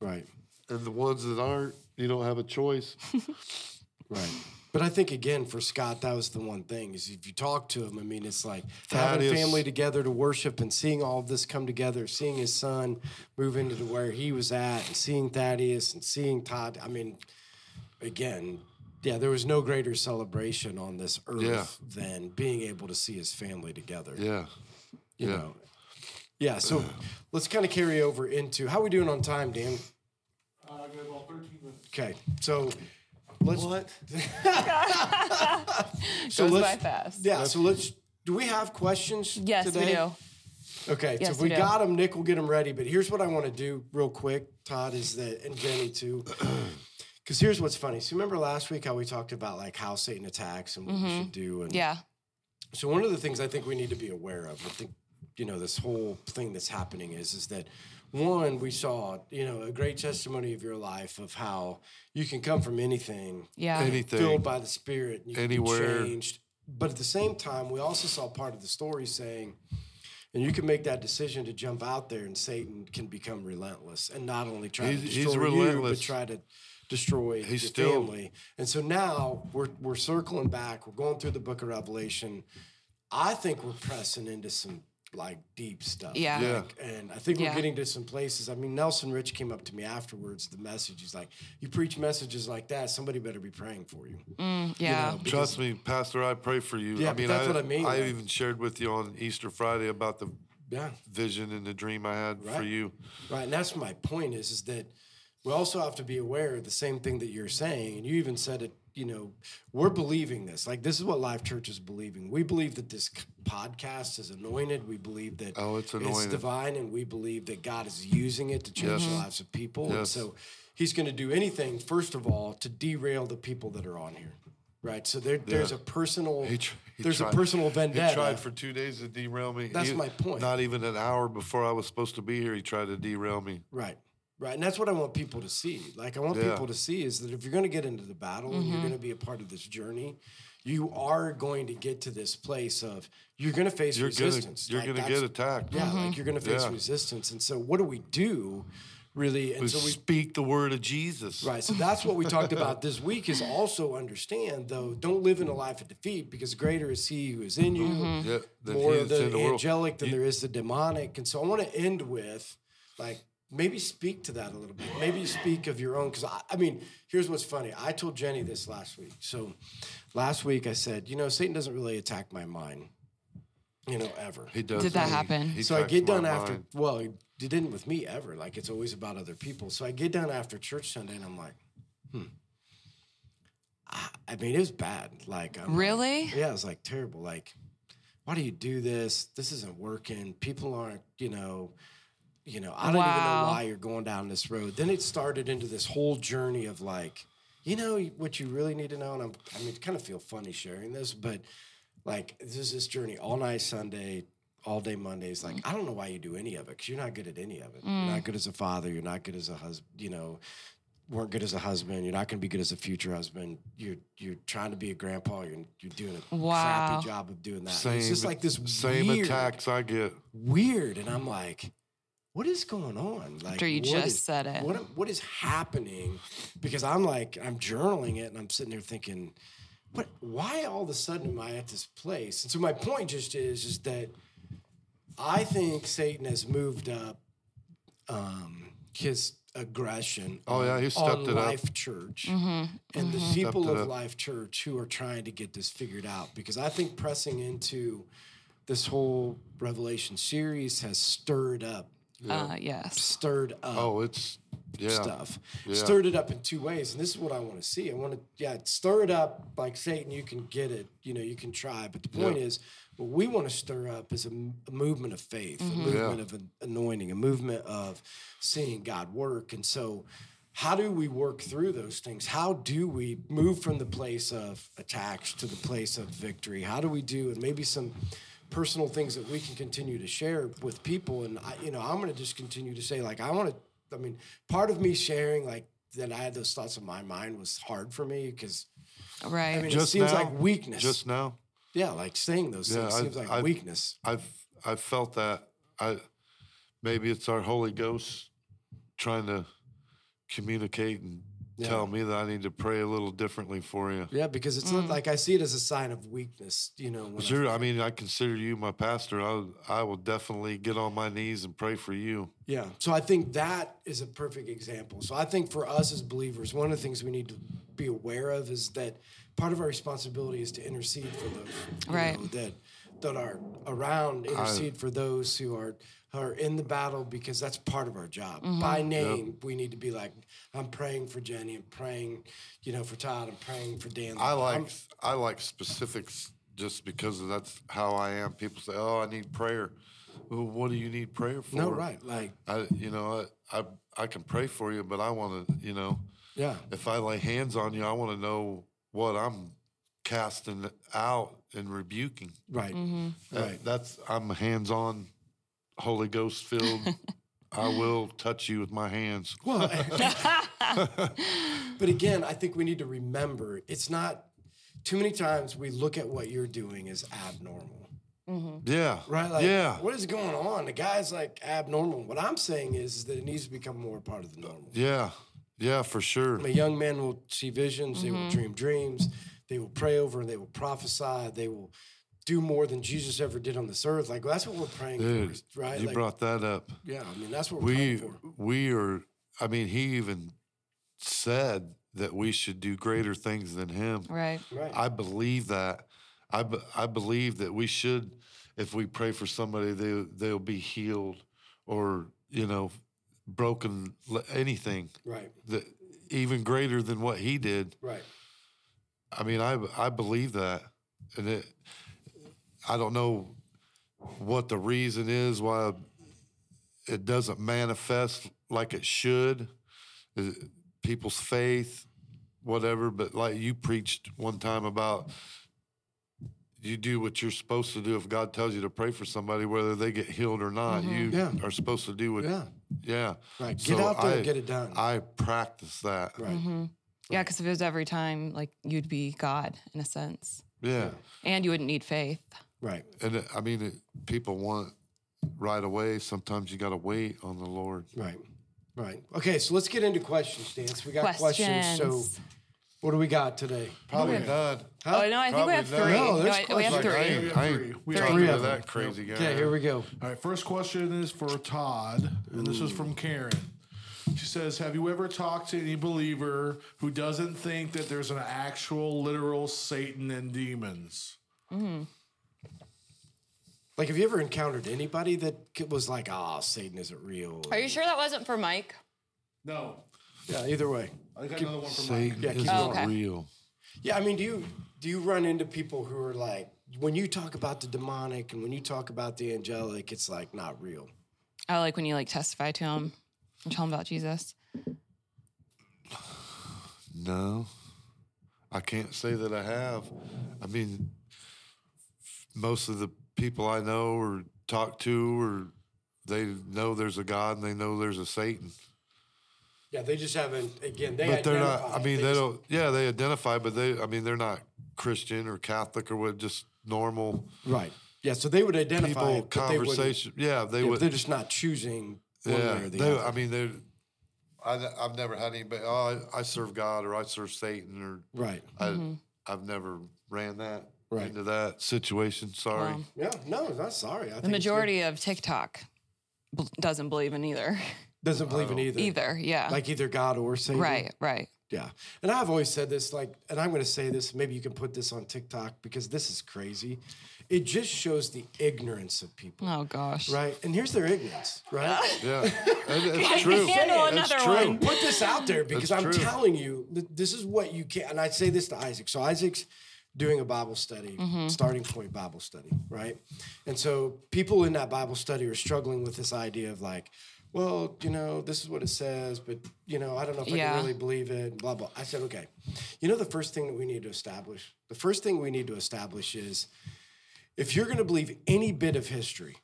Speaker 2: right,
Speaker 3: and the ones that aren't, you don't have a choice.
Speaker 2: right. But I think again for Scott, that was the one thing is if you talk to him, I mean, it's like
Speaker 3: That
Speaker 2: having
Speaker 3: is-
Speaker 2: family together to worship and seeing all of this come together, seeing his son move into the, where he was at, and seeing Thaddeus and seeing Todd. I mean, again, yeah, there was no greater celebration on this earth
Speaker 3: Yeah.
Speaker 2: than being able to see his family together.
Speaker 3: Yeah,
Speaker 2: you
Speaker 3: yeah.
Speaker 2: know. Yeah, so let's kind of carry over into how we doing on time, Dan. Okay, so let's. so
Speaker 1: Goes by
Speaker 2: let's.
Speaker 1: fast.
Speaker 2: Yeah, so let's. Do we have questions?
Speaker 1: Yes,
Speaker 2: today?
Speaker 1: we do.
Speaker 2: Okay,
Speaker 1: Yes,
Speaker 2: so if we,
Speaker 1: we do.
Speaker 2: got them, Nick will get them ready. But here's what I want to do real quick, Todd, is that, and Jenny too. Because here's what's funny. So remember last week how we talked about like how Satan attacks and what we
Speaker 1: Mm-hmm.
Speaker 2: should do, and
Speaker 1: Yeah.
Speaker 2: so one of the things I think we need to be aware of, I think, you know, this whole thing that's happening is, is that one, we saw, you know, a great testimony of your life of how you can come from anything,
Speaker 1: Yeah.
Speaker 3: Anything.
Speaker 2: filled by the Spirit, and you
Speaker 3: Anywhere.
Speaker 2: can be changed. But at the same time, we also saw part of the story saying, and you can make that decision to jump out there, and Satan can become relentless and not only try
Speaker 3: He's-
Speaker 2: to
Speaker 3: he's
Speaker 2: destroy you, but
Speaker 3: relentless.
Speaker 2: try to destroy
Speaker 3: He's
Speaker 2: your
Speaker 3: still-
Speaker 2: family. And so now we're we're circling back. We're going through the Book of Revelation. I think we're pressing into some like deep stuff.
Speaker 1: Yeah.
Speaker 3: Yeah.
Speaker 2: Like, and I think we're
Speaker 1: Yeah.
Speaker 2: getting to some places. I mean, Nelson Rich came up to me afterwards. The message is like, you preach messages like that, somebody better be praying for you.
Speaker 1: Yeah.
Speaker 3: Trust me, Pastor. I pray for you.
Speaker 2: Yeah,
Speaker 3: I
Speaker 2: but
Speaker 3: mean,
Speaker 2: that's
Speaker 3: I,
Speaker 2: what I mean,
Speaker 3: I
Speaker 2: like-
Speaker 3: even shared with you on Easter Friday about the
Speaker 2: Yeah.
Speaker 3: vision and the dream I had for
Speaker 2: Right.
Speaker 3: you.
Speaker 2: Right, and that's my point is is that we also have to be aware of the same thing that you're saying, and you even said it. You know, we're believing this. Like this is what Live Church is believing. We believe that this c- podcast is anointed. We believe that
Speaker 3: Oh, it's anointed.
Speaker 2: divine, and we believe that God is using it to change the lives of people. And
Speaker 3: Yes.
Speaker 2: so, He's going to do anything first of all to derail the people that are on here, right? So there, there's a personal
Speaker 3: He tr- he
Speaker 2: there's
Speaker 3: tried-
Speaker 2: a personal vendetta.
Speaker 3: He tried for two days to derail me.
Speaker 2: That's
Speaker 3: He-
Speaker 2: my point.
Speaker 3: Not even an hour before I was supposed to be here, he tried to derail me.
Speaker 2: Right. Right. And that's what I want people to see. Like I want
Speaker 3: Yeah.
Speaker 2: people to see is that if you're going to get into the battle and you're going to be a part of this journey, you are going to get to this place of you're going to face
Speaker 3: You're gonna,
Speaker 2: resistance.
Speaker 3: you're
Speaker 2: Like,
Speaker 3: gonna
Speaker 2: that's-
Speaker 3: get attacked.
Speaker 2: Yeah, like you're going to face
Speaker 3: Yeah.
Speaker 2: resistance. And so what do we do really? And
Speaker 3: We
Speaker 2: so we
Speaker 3: speak the word of Jesus.
Speaker 2: Right. So that's what we talked about this week is also understand though, don't live in a life of defeat because greater is he who is in you,
Speaker 3: Yeah, than
Speaker 2: more
Speaker 3: he
Speaker 2: of
Speaker 3: that's
Speaker 2: the,
Speaker 3: in the world.
Speaker 2: angelic than there is the demonic. And so I want to end with like maybe speak to that a little bit. Maybe speak of your own. Because I, I mean, here's what's funny. I told Jenny this last week. So last week I said, you know, Satan doesn't really attack my mind, you know, ever.
Speaker 3: He does.
Speaker 1: Did that
Speaker 3: he-
Speaker 1: happen?
Speaker 3: he
Speaker 2: so I
Speaker 3: tracks
Speaker 2: get
Speaker 3: my
Speaker 2: done after.
Speaker 3: mind.
Speaker 2: Well, it didn't with me ever. Like it's always about other people. So I get done after church Sunday, and I'm like, hmm. I, I mean, it was bad. Like I'm like,
Speaker 1: Really?
Speaker 2: yeah, it was like terrible. Like, why do you do this? This isn't working. People aren't, you know, you know, I don't even
Speaker 1: Wow.
Speaker 2: know why you're going down this road. Then it started into this whole journey of like, you know, what you really need to know. And I'm, I mean, kind of feel funny sharing this, but like, this is this journey all night Sunday, all day Mondays.
Speaker 1: Mm.
Speaker 2: Like, I don't know why you do any of it because you're not good at any of it. You're not good as a father. You're not good as a husband. You know, weren't good as a husband. You're not going to be good as a future husband. You're you're trying to be a grandpa. You're you're doing a
Speaker 1: Wow.
Speaker 2: crappy job of doing that. And
Speaker 3: Same,
Speaker 2: it's just like this
Speaker 3: same
Speaker 2: weird,
Speaker 3: attacks I get.
Speaker 2: weird. And I'm like, what is going on? Like,
Speaker 1: After you
Speaker 2: what
Speaker 1: just
Speaker 2: is-
Speaker 1: said it.
Speaker 2: What am- what is happening? Because I'm like, I'm journaling it, and I'm sitting there thinking, what? Why all of a sudden am I at this place? And so my point just is, is that I think Satan has moved up um, his aggression.
Speaker 3: Oh, yeah,
Speaker 2: on-
Speaker 3: he stepped
Speaker 2: on
Speaker 3: it up.
Speaker 2: Life Church and the people
Speaker 3: Stepped it
Speaker 2: of
Speaker 3: up.
Speaker 2: Life Church who are trying to get this figured out because I think pressing into this whole Revelation series has stirred up,
Speaker 1: Uh, yes.
Speaker 2: stirred up
Speaker 3: Oh, it's yeah.
Speaker 2: stuff.
Speaker 3: Yeah.
Speaker 2: Stirred it up in two ways, and this is what I want to see. I want to, yeah, stir it up like Satan. You can get it, you know, you can try. But the point
Speaker 3: Yeah.
Speaker 2: is, what we want to stir up is a, m- a movement of faith, a movement of an anointing, a movement of seeing God work. And so, how do we work through those things? How do we move from the place of attacks to the place of victory? How do we do, and maybe some personal things that we can continue to share with people and I, you know i'm going to just continue to say like i want to I mean, part of me sharing like that I had those thoughts in my mind was hard for me because
Speaker 1: Right.
Speaker 2: I mean,
Speaker 3: Just
Speaker 2: it seems
Speaker 3: now?
Speaker 2: like weakness.
Speaker 3: Just now,
Speaker 2: yeah, like saying those
Speaker 3: Yeah,
Speaker 2: things
Speaker 3: I-
Speaker 2: seems like
Speaker 3: I-
Speaker 2: weakness.
Speaker 3: I've I've felt that. I maybe it's our Holy Ghost trying to communicate and
Speaker 2: Yeah.
Speaker 3: tell me that I need to pray a little differently for you.
Speaker 2: Yeah, because it's
Speaker 3: Mm.
Speaker 2: not like I see it as a sign of weakness. You know, when I-
Speaker 3: Sure. I mean, I consider you my pastor. I I will definitely get on my knees and pray for you.
Speaker 2: yeah. So I think that is a perfect example. So I think for us as believers, one of the things we need to be aware of is that part of our responsibility is to intercede for those you
Speaker 1: Right.
Speaker 2: know, that that are around. Intercede for those who are who are in the battle because that's part of our job. By name, we need to be like, I'm praying for Jenny. I'm praying, you know, for Todd. I'm praying for Dan.
Speaker 3: I like
Speaker 2: I'm-
Speaker 3: i like specifics just because that's how I am. People say, "Oh, I need prayer." Well, what do you need prayer for?
Speaker 2: no right, like
Speaker 3: I you know I I, I can pray for you, but I want to you know
Speaker 2: yeah,
Speaker 3: if I lay hands on you, I want to know what I'm casting out and rebuking.
Speaker 2: right,
Speaker 3: That-
Speaker 2: right.
Speaker 3: that's I'm hands on, Holy Ghost filled. I will touch you with my hands.
Speaker 2: Well, but again, I think we need to remember it's not too many times we look at what you're doing as abnormal,
Speaker 3: Yeah.
Speaker 2: right? Like,
Speaker 3: yeah.
Speaker 2: what is going on? The guy's like abnormal. What I'm saying is that it needs to become more part of the normal.
Speaker 3: Yeah. Yeah, for sure.
Speaker 2: I mean, young men will see visions, they will dream dreams, they will pray over, and they will prophesy, they will do more than Jesus ever did on this earth. Like, that's what we're praying
Speaker 3: Dude,
Speaker 2: for, right?
Speaker 3: you
Speaker 2: like,
Speaker 3: brought that up.
Speaker 2: yeah, I mean, that's what we're
Speaker 3: we
Speaker 2: praying for.
Speaker 3: we are i mean he even said that we should do greater things than him
Speaker 1: Right.
Speaker 2: Right.
Speaker 3: i believe that i be- i believe that we should if we pray for somebody they they'll be healed or you know broken le- anything
Speaker 2: right,
Speaker 3: that even greater than what he did
Speaker 2: right.
Speaker 3: I mean, I I believe that, and it. I don't know what the reason is why it doesn't manifest like it should. Is it People's faith, whatever. But like you preached one time about, you do what you're supposed to do if God tells you to pray for somebody, whether they get healed or not. You
Speaker 2: Mm-hmm. Yeah.
Speaker 3: are supposed to do what.
Speaker 2: Yeah.
Speaker 3: Yeah.
Speaker 2: Right, get out there and get it done.
Speaker 3: I practice that.
Speaker 2: Right.
Speaker 1: Mm-hmm. Yeah, because if it was every time, like you'd be God in a sense,
Speaker 3: yeah.
Speaker 1: and you wouldn't need faith.
Speaker 2: Right.
Speaker 3: And it, I mean, it, people want right away. Sometimes you got to wait on the Lord.
Speaker 2: Right. Right. Okay, so let's get into questions, Dan. So we got questions. So
Speaker 1: Questions.
Speaker 2: What do we got today?
Speaker 3: Probably none.
Speaker 1: Oh, no, I think we
Speaker 3: Probably
Speaker 1: have
Speaker 3: not.
Speaker 1: three.
Speaker 2: No, there's
Speaker 1: I- we have
Speaker 2: questions.
Speaker 3: I
Speaker 1: three.
Speaker 3: ain't, I ain't
Speaker 7: Three.
Speaker 3: talking
Speaker 2: Three
Speaker 3: to
Speaker 2: of them.
Speaker 3: that crazy guy.
Speaker 2: Okay, here we go.
Speaker 7: All right, first question is for Todd, and this is from Karen. She says, Have you ever talked to any believer who doesn't think that there's an actual literal Satan and demons?
Speaker 2: Like, have you ever encountered anybody that c- was like, "Ah, Satan isn't real"?
Speaker 1: Are you sure that wasn't for Mike?
Speaker 7: No.
Speaker 2: Yeah. Either way.
Speaker 7: I got another one from Mike.
Speaker 3: Satan
Speaker 2: Yeah, keep
Speaker 3: is
Speaker 2: going.
Speaker 3: not
Speaker 1: Okay.
Speaker 3: real.
Speaker 2: Yeah. I mean, do you do you run into people who are like, when you talk about the demonic and when you talk about the angelic, it's like not real.
Speaker 1: I like when you like testify to him and tell him about Jesus.
Speaker 3: No, I can't say that I have. I mean, most of the people I know or talk to, or they know there's a God and they know there's a Satan,
Speaker 2: Yeah, they just haven't. Again, they.
Speaker 3: but they're not. I
Speaker 2: identify.
Speaker 3: mean, they,
Speaker 2: just-
Speaker 3: don't. Yeah, they identify, but they. I mean, they're not Christian or Catholic or what. Just normal
Speaker 2: Right. Yeah. So they would identify
Speaker 3: people
Speaker 2: it, but they wouldn't-
Speaker 3: conversation. yeah, they
Speaker 2: yeah, but
Speaker 3: would.
Speaker 2: they're just not choosing one
Speaker 3: Yeah,
Speaker 2: way or the
Speaker 3: they-
Speaker 2: other.
Speaker 3: I mean, they. I, I've never had anybody. Oh, I, I serve God or I serve Satan or
Speaker 2: right.
Speaker 3: I, I've never ran that
Speaker 2: Mm-hmm. Right.
Speaker 3: into that situation. Sorry.
Speaker 2: Yeah. No, not sorry. I think
Speaker 1: The majority of TikTok bl- doesn't believe in either.
Speaker 2: doesn't believe in either.
Speaker 1: Either, yeah.
Speaker 2: Like either God or Satan.
Speaker 1: right, right.
Speaker 2: Yeah. And I've always said this, like, and I'm going to say this, maybe you can put this on TikTok because this is crazy. It just shows the ignorance of people,
Speaker 1: Oh gosh.
Speaker 2: right? And here's their ignorance, right?
Speaker 3: Yeah, and it's true.
Speaker 1: handle
Speaker 3: It's
Speaker 1: another
Speaker 3: true.
Speaker 1: one.
Speaker 2: Put this out there because
Speaker 3: That's
Speaker 2: I'm
Speaker 3: true.
Speaker 2: telling you, th- this is what you can. And I say this to Isaac. So Isaac's doing a Bible study,
Speaker 3: Mm-hmm.
Speaker 2: starting point Bible study, right? And so people in that Bible study are struggling with this idea of like, well, you know, this is what it says, but you know, I don't know if I
Speaker 1: Yeah.
Speaker 2: can really believe it, blah, blah. I said, okay. You know, the first thing that we need to establish, the first thing we need to establish is if you're going to believe any bit of history,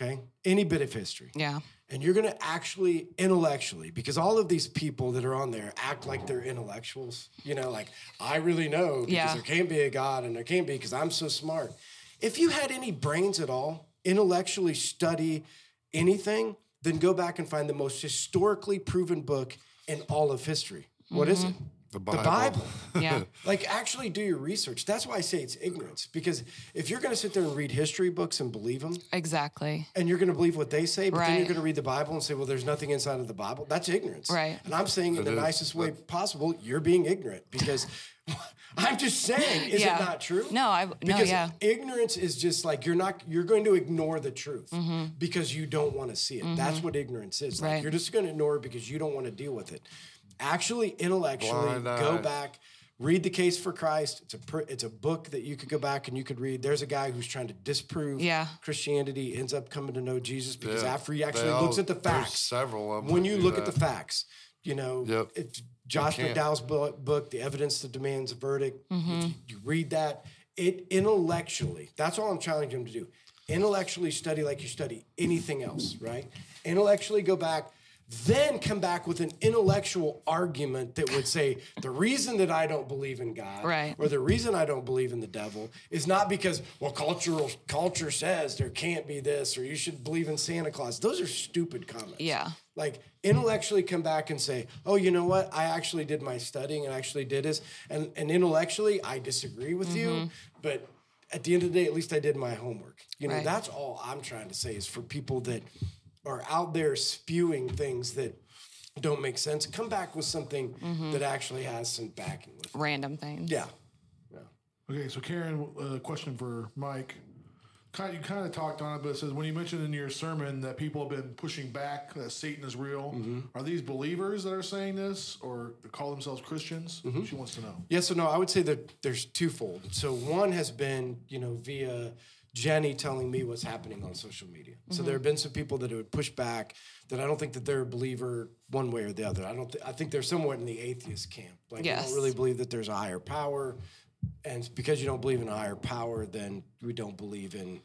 Speaker 2: okay, any bit of history,
Speaker 1: Yeah.
Speaker 2: and you're going to actually intellectually because all of these people that are on there act like they're intellectuals you know like i really know because
Speaker 1: Yeah.
Speaker 2: there can't be a god and there can't be because i'm so smart if you had any brains at all intellectually study anything then go back and find the most historically proven book in all of history What is it
Speaker 3: The Bible.
Speaker 2: the bible
Speaker 1: Yeah.
Speaker 2: like, actually do your research. That's why I say it's ignorance, because if you're going to sit there and read history books and believe them,
Speaker 1: exactly.
Speaker 2: and you're going to believe what they say, but then you're
Speaker 1: Right.
Speaker 2: going to read the Bible and say, "Well, there's nothing inside of the Bible." That's ignorance,
Speaker 1: Right.
Speaker 2: And I'm saying in the
Speaker 3: is.
Speaker 2: nicest way possible, you're being ignorant because I'm just saying, is
Speaker 1: Yeah.
Speaker 2: it not true?
Speaker 1: No, I- no,
Speaker 2: because
Speaker 1: yeah.
Speaker 2: ignorance is just like you're not you're going to ignore the truth because you don't want to see it. That's what ignorance is. Like
Speaker 1: Mm-hmm. Right.
Speaker 2: you're just going to ignore it because you don't want to deal with it. Actually, intellectually,
Speaker 3: Blind
Speaker 2: go
Speaker 3: eye.
Speaker 2: back back, Read the Case for Christ. It's a pr- it's a book that you could go back and you could read. There's a guy who's trying to disprove
Speaker 1: Yeah.
Speaker 2: Christianity, ends up coming to know Jesus because
Speaker 3: Yeah.
Speaker 2: after he actually
Speaker 3: They all-
Speaker 2: looks at the
Speaker 3: there's
Speaker 2: facts,
Speaker 3: several of 'em
Speaker 2: When
Speaker 3: that
Speaker 2: you
Speaker 3: do
Speaker 2: look at
Speaker 3: that.
Speaker 2: the facts, you know,
Speaker 3: Yep.
Speaker 2: if Josh
Speaker 3: can't.
Speaker 2: McDowell's bu- book, "The Evidence That Demands a Verdict,"
Speaker 1: Mm-hmm.
Speaker 2: if you, you read that. It intellectually. That's all I'm challenging him to do. Intellectually study like you study anything else, right? Intellectually go back. Then come back with an intellectual argument that would say the reason that I don't believe in God
Speaker 1: Right.
Speaker 2: or the reason I don't believe in the devil is not because well cultural culture says there can't be this or you should believe in Santa Claus. Those are stupid comments.
Speaker 1: Yeah.
Speaker 2: Like intellectually come back and say, "Oh, you know what? I actually did my studying and actually did this." And and intellectually, I disagree with you, but at the end of the day, at least I did my homework. You know,
Speaker 1: Right.
Speaker 2: that's all I'm trying to say is for people that are out there spewing things that don't make sense, come back with something that actually has some backing with. It.
Speaker 1: Random things.
Speaker 2: Yeah.
Speaker 7: Okay, so Karen, uh, question for Mike. Kind you kind of talked on it, but it says when you mentioned in your sermon that people have been pushing back that Satan is real. Are these believers that are saying this, or call themselves Christians? She wants to know.
Speaker 2: Yes or no? I would say that there's twofold. So one has been, you know, via Jenny telling me what's happening on social media. So there have been some people that would push back that I don't think that they're a believer one way or the other. I don't. Th- I think they're somewhat in the atheist camp. Like they
Speaker 1: Yes.
Speaker 2: don't really believe that there's a higher power, and because you don't believe in a higher power, then we don't believe in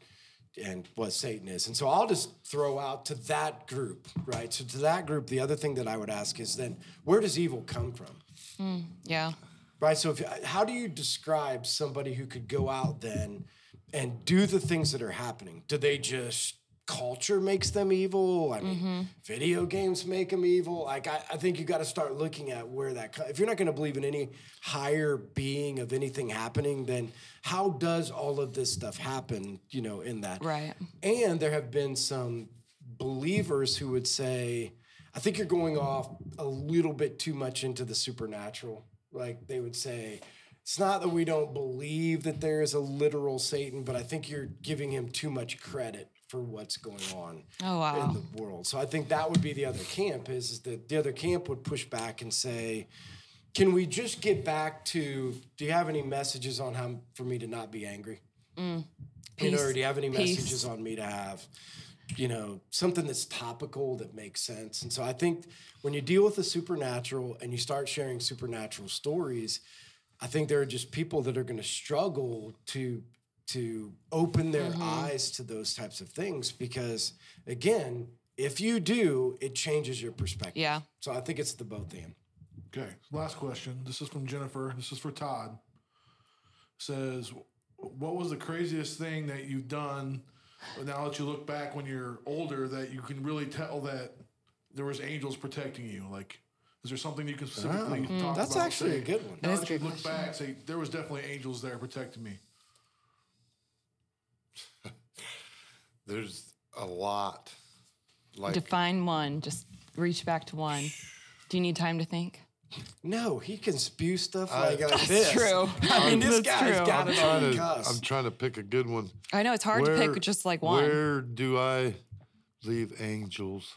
Speaker 2: and what Satan is. And so I'll just throw out to that group, right? So to that group, the other thing that I would ask is then where does evil come from?
Speaker 1: Yeah.
Speaker 2: right? So, if, how do you describe somebody who could go out then and do the things that are happening? Do they just culture makes them evil. I mean, video games make them evil. Like, I, I think you got to start looking at where that, co- if you're not going to believe in any higher being of anything happening, then how does all of this stuff happen, you know, in that?
Speaker 1: Right.
Speaker 2: And there have been some believers who would say, I think you're going off a little bit too much into the supernatural. Like they would say, it's not that we don't believe that there is a literal Satan, but I think you're giving him too much credit for what's going on
Speaker 1: Oh, wow.
Speaker 2: in the world. So I think that would be the other camp is, is that the other camp would push back and say, can we just get back to do you have any messages on how for me to not be angry? you know, or
Speaker 1: Mm. Peace.
Speaker 2: do you have any
Speaker 1: Peace.
Speaker 2: messages on me to have? You know, something that's topical that makes sense. And so I think when you deal with the supernatural and you start sharing supernatural stories, I think there are just people that are going to struggle to to open their
Speaker 1: Mm-hmm.
Speaker 2: eyes to those types of things because again, if you do, it changes your perspective.
Speaker 1: Yeah.
Speaker 2: So I think it's the both end.
Speaker 7: Okay, last question. This is from Jennifer. This is for Todd. Says, what was the craziest thing that you've done? Now that you look back when you're older, that you can really tell that there was angels protecting you. Like, is there something you can specifically
Speaker 1: Mm-hmm.
Speaker 7: talk
Speaker 2: That's
Speaker 7: about? and
Speaker 2: actually a
Speaker 7: say,
Speaker 2: good one.
Speaker 7: Now
Speaker 1: is a
Speaker 7: that you
Speaker 1: good
Speaker 7: look back, say there was definitely angels there protecting me.
Speaker 3: There's a lot. Like
Speaker 1: Define one. Just reach back to one. Do you need time to think?
Speaker 2: No, he can spew stuff like, like
Speaker 3: that's
Speaker 2: this.
Speaker 1: true.
Speaker 2: I mean, this
Speaker 1: That's
Speaker 2: guy's
Speaker 1: true.
Speaker 2: got
Speaker 3: I'm
Speaker 2: it on
Speaker 3: trying,
Speaker 2: the
Speaker 3: to,
Speaker 2: cuss.
Speaker 3: I'm trying to pick a good one.
Speaker 1: I know it's hard to
Speaker 3: Where-
Speaker 1: pick just like one.
Speaker 3: Where do I leave angels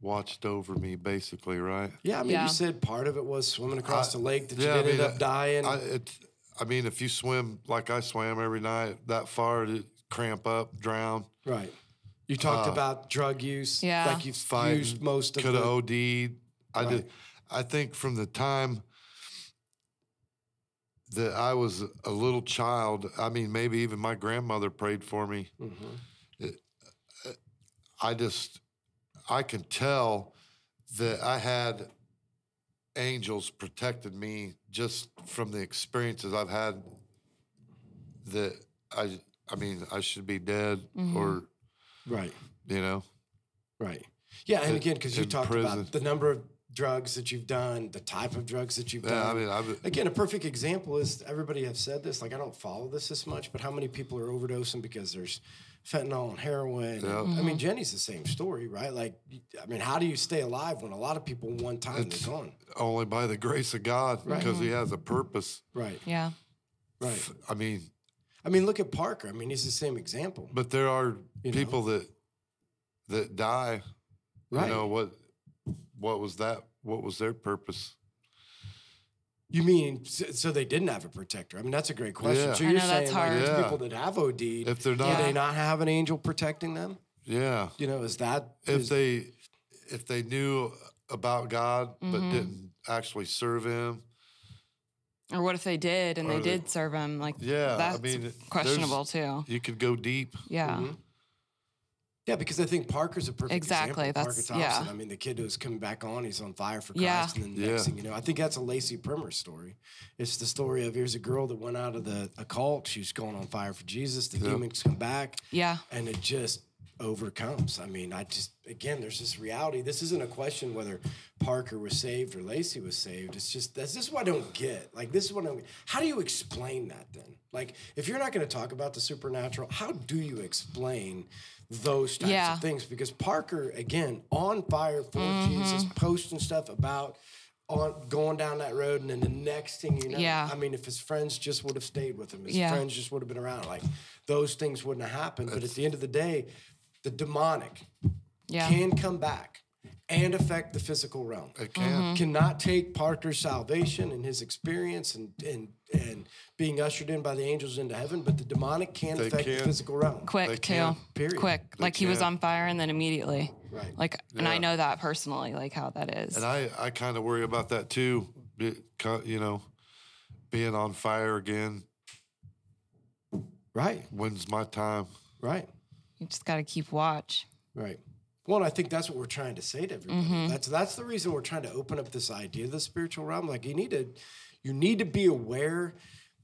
Speaker 3: watched over me, basically, right?
Speaker 2: Yeah, I mean,
Speaker 1: Yeah.
Speaker 2: you said part of it was swimming across
Speaker 3: I-
Speaker 2: the lake that you
Speaker 3: yeah, I
Speaker 2: ended
Speaker 3: mean,
Speaker 2: up dying.
Speaker 3: I, it's, I mean, if you swim like I swam every night that far, to cramp up, drown,
Speaker 2: right. Uh, You talked about drug use.
Speaker 1: Yeah.
Speaker 2: Like you've used most of
Speaker 3: could have
Speaker 2: the.
Speaker 3: OD'd. I did. I think from the time that I was a little child, I mean, maybe even my grandmother prayed for me.
Speaker 2: Mm-hmm.
Speaker 3: It- I just, I can tell that I had angels protected me just from the experiences I've had. That I, I mean, I should be dead or
Speaker 2: Right,
Speaker 3: you know.
Speaker 2: right. Yeah, and
Speaker 3: In-
Speaker 2: again, because you
Speaker 3: in
Speaker 2: talked
Speaker 3: prison.
Speaker 2: about the number of drugs that you've done, the type of drugs that you've
Speaker 3: Yeah, I
Speaker 2: done.
Speaker 3: mean, I've
Speaker 2: again, a perfect example is everybody have said this. Like, I don't follow this as much, but how many people are overdosing because there's fentanyl and heroin? I
Speaker 1: Mm-hmm.
Speaker 2: mean, Jenny's the same story, right? Like, I mean, how do you stay alive when a lot of people one time they're gone?
Speaker 3: only by the grace of God because He has a purpose.
Speaker 2: Right,
Speaker 1: yeah.
Speaker 2: right.
Speaker 3: I mean,
Speaker 2: I mean, look at Parker. I mean, he's the same example.
Speaker 3: but there are
Speaker 2: You know?
Speaker 3: people that that die.
Speaker 2: Right.
Speaker 3: You know what? What was that? What was their purpose?
Speaker 2: You mean so, so they didn't have a protector? I mean, that's a great question.
Speaker 3: Yeah.
Speaker 2: So
Speaker 3: I
Speaker 2: you're
Speaker 1: know,
Speaker 2: saying
Speaker 1: that's
Speaker 2: like,
Speaker 1: hard.
Speaker 2: there's
Speaker 3: Yeah.
Speaker 2: people that have OD,
Speaker 3: If they're
Speaker 2: do
Speaker 3: not,
Speaker 2: they not have an angel protecting them?
Speaker 3: yeah.
Speaker 2: You know, is that
Speaker 3: If
Speaker 2: is-
Speaker 3: they if they knew about God
Speaker 1: Mm-hmm.
Speaker 3: but didn't actually serve Him,
Speaker 1: Or what if they did and
Speaker 3: Or
Speaker 1: they
Speaker 3: they-
Speaker 1: did serve him? Like,
Speaker 3: yeah.
Speaker 1: that's
Speaker 3: I mean, Mm-hmm. there's-
Speaker 1: questionable too.
Speaker 3: You could go deep.
Speaker 1: Yeah.
Speaker 2: Mm-hmm. yeah? Because I think Parker's a perfect
Speaker 1: Exactly,
Speaker 2: example.
Speaker 1: that's-
Speaker 2: Parker Thompson.
Speaker 1: yeah.
Speaker 2: I mean, the kid who's coming back on, he's on fire for Christ,
Speaker 1: Yeah.
Speaker 2: and then the next
Speaker 3: Yeah.
Speaker 2: thing you know, I think that's a Lacey Primer story. It's the story of here's a girl that went out of the occult. She's going on fire for Jesus. The demons come back.
Speaker 1: Yeah.
Speaker 2: and it just overcomes. I mean, I just again, there's this reality. This isn't a question whether Parker was saved or Lacey was saved. It's just that's this is what I don't get. Like this is what I don't. How do you explain that then? Like if you're not going to talk about the supernatural, how do you explain those types
Speaker 1: Yeah.
Speaker 2: of things? Because Parker, again, on fire for
Speaker 1: Mm-hmm.
Speaker 2: Jesus, posting stuff about. On going down that road, and then the next thing you know,
Speaker 1: Yeah.
Speaker 2: I mean, if his friends just would have stayed with him, his
Speaker 1: Yeah.
Speaker 2: friends just would have been around. Like those things wouldn't have happened. But at the end of the day, the demonic
Speaker 1: Yeah.
Speaker 2: can come back and affect the physical realm.
Speaker 3: It can.
Speaker 1: Mm-hmm.
Speaker 2: Cannot take Parker's salvation and his experience and and and being ushered in by the angels into heaven, but the demonic can
Speaker 3: They
Speaker 2: affect the
Speaker 3: can.
Speaker 2: physical realm.
Speaker 3: They
Speaker 1: Quick too.
Speaker 3: can,
Speaker 2: period.
Speaker 1: Quick.
Speaker 3: They
Speaker 1: like he was
Speaker 3: can.
Speaker 1: on fire and then immediately.
Speaker 2: Right.
Speaker 1: Like, and I
Speaker 3: Yeah.
Speaker 1: know that personally, like how that is.
Speaker 3: And I, I kind of worry about that too. Be, co- you know, being on fire again.
Speaker 2: Right.
Speaker 3: When's my time?
Speaker 2: Right.
Speaker 1: you just got to keep watch.
Speaker 2: Right. Well, and I think that's what we're trying to say to everybody. That's that's the reason we're trying to open up this idea of the spiritual realm. Like you need to you need to be aware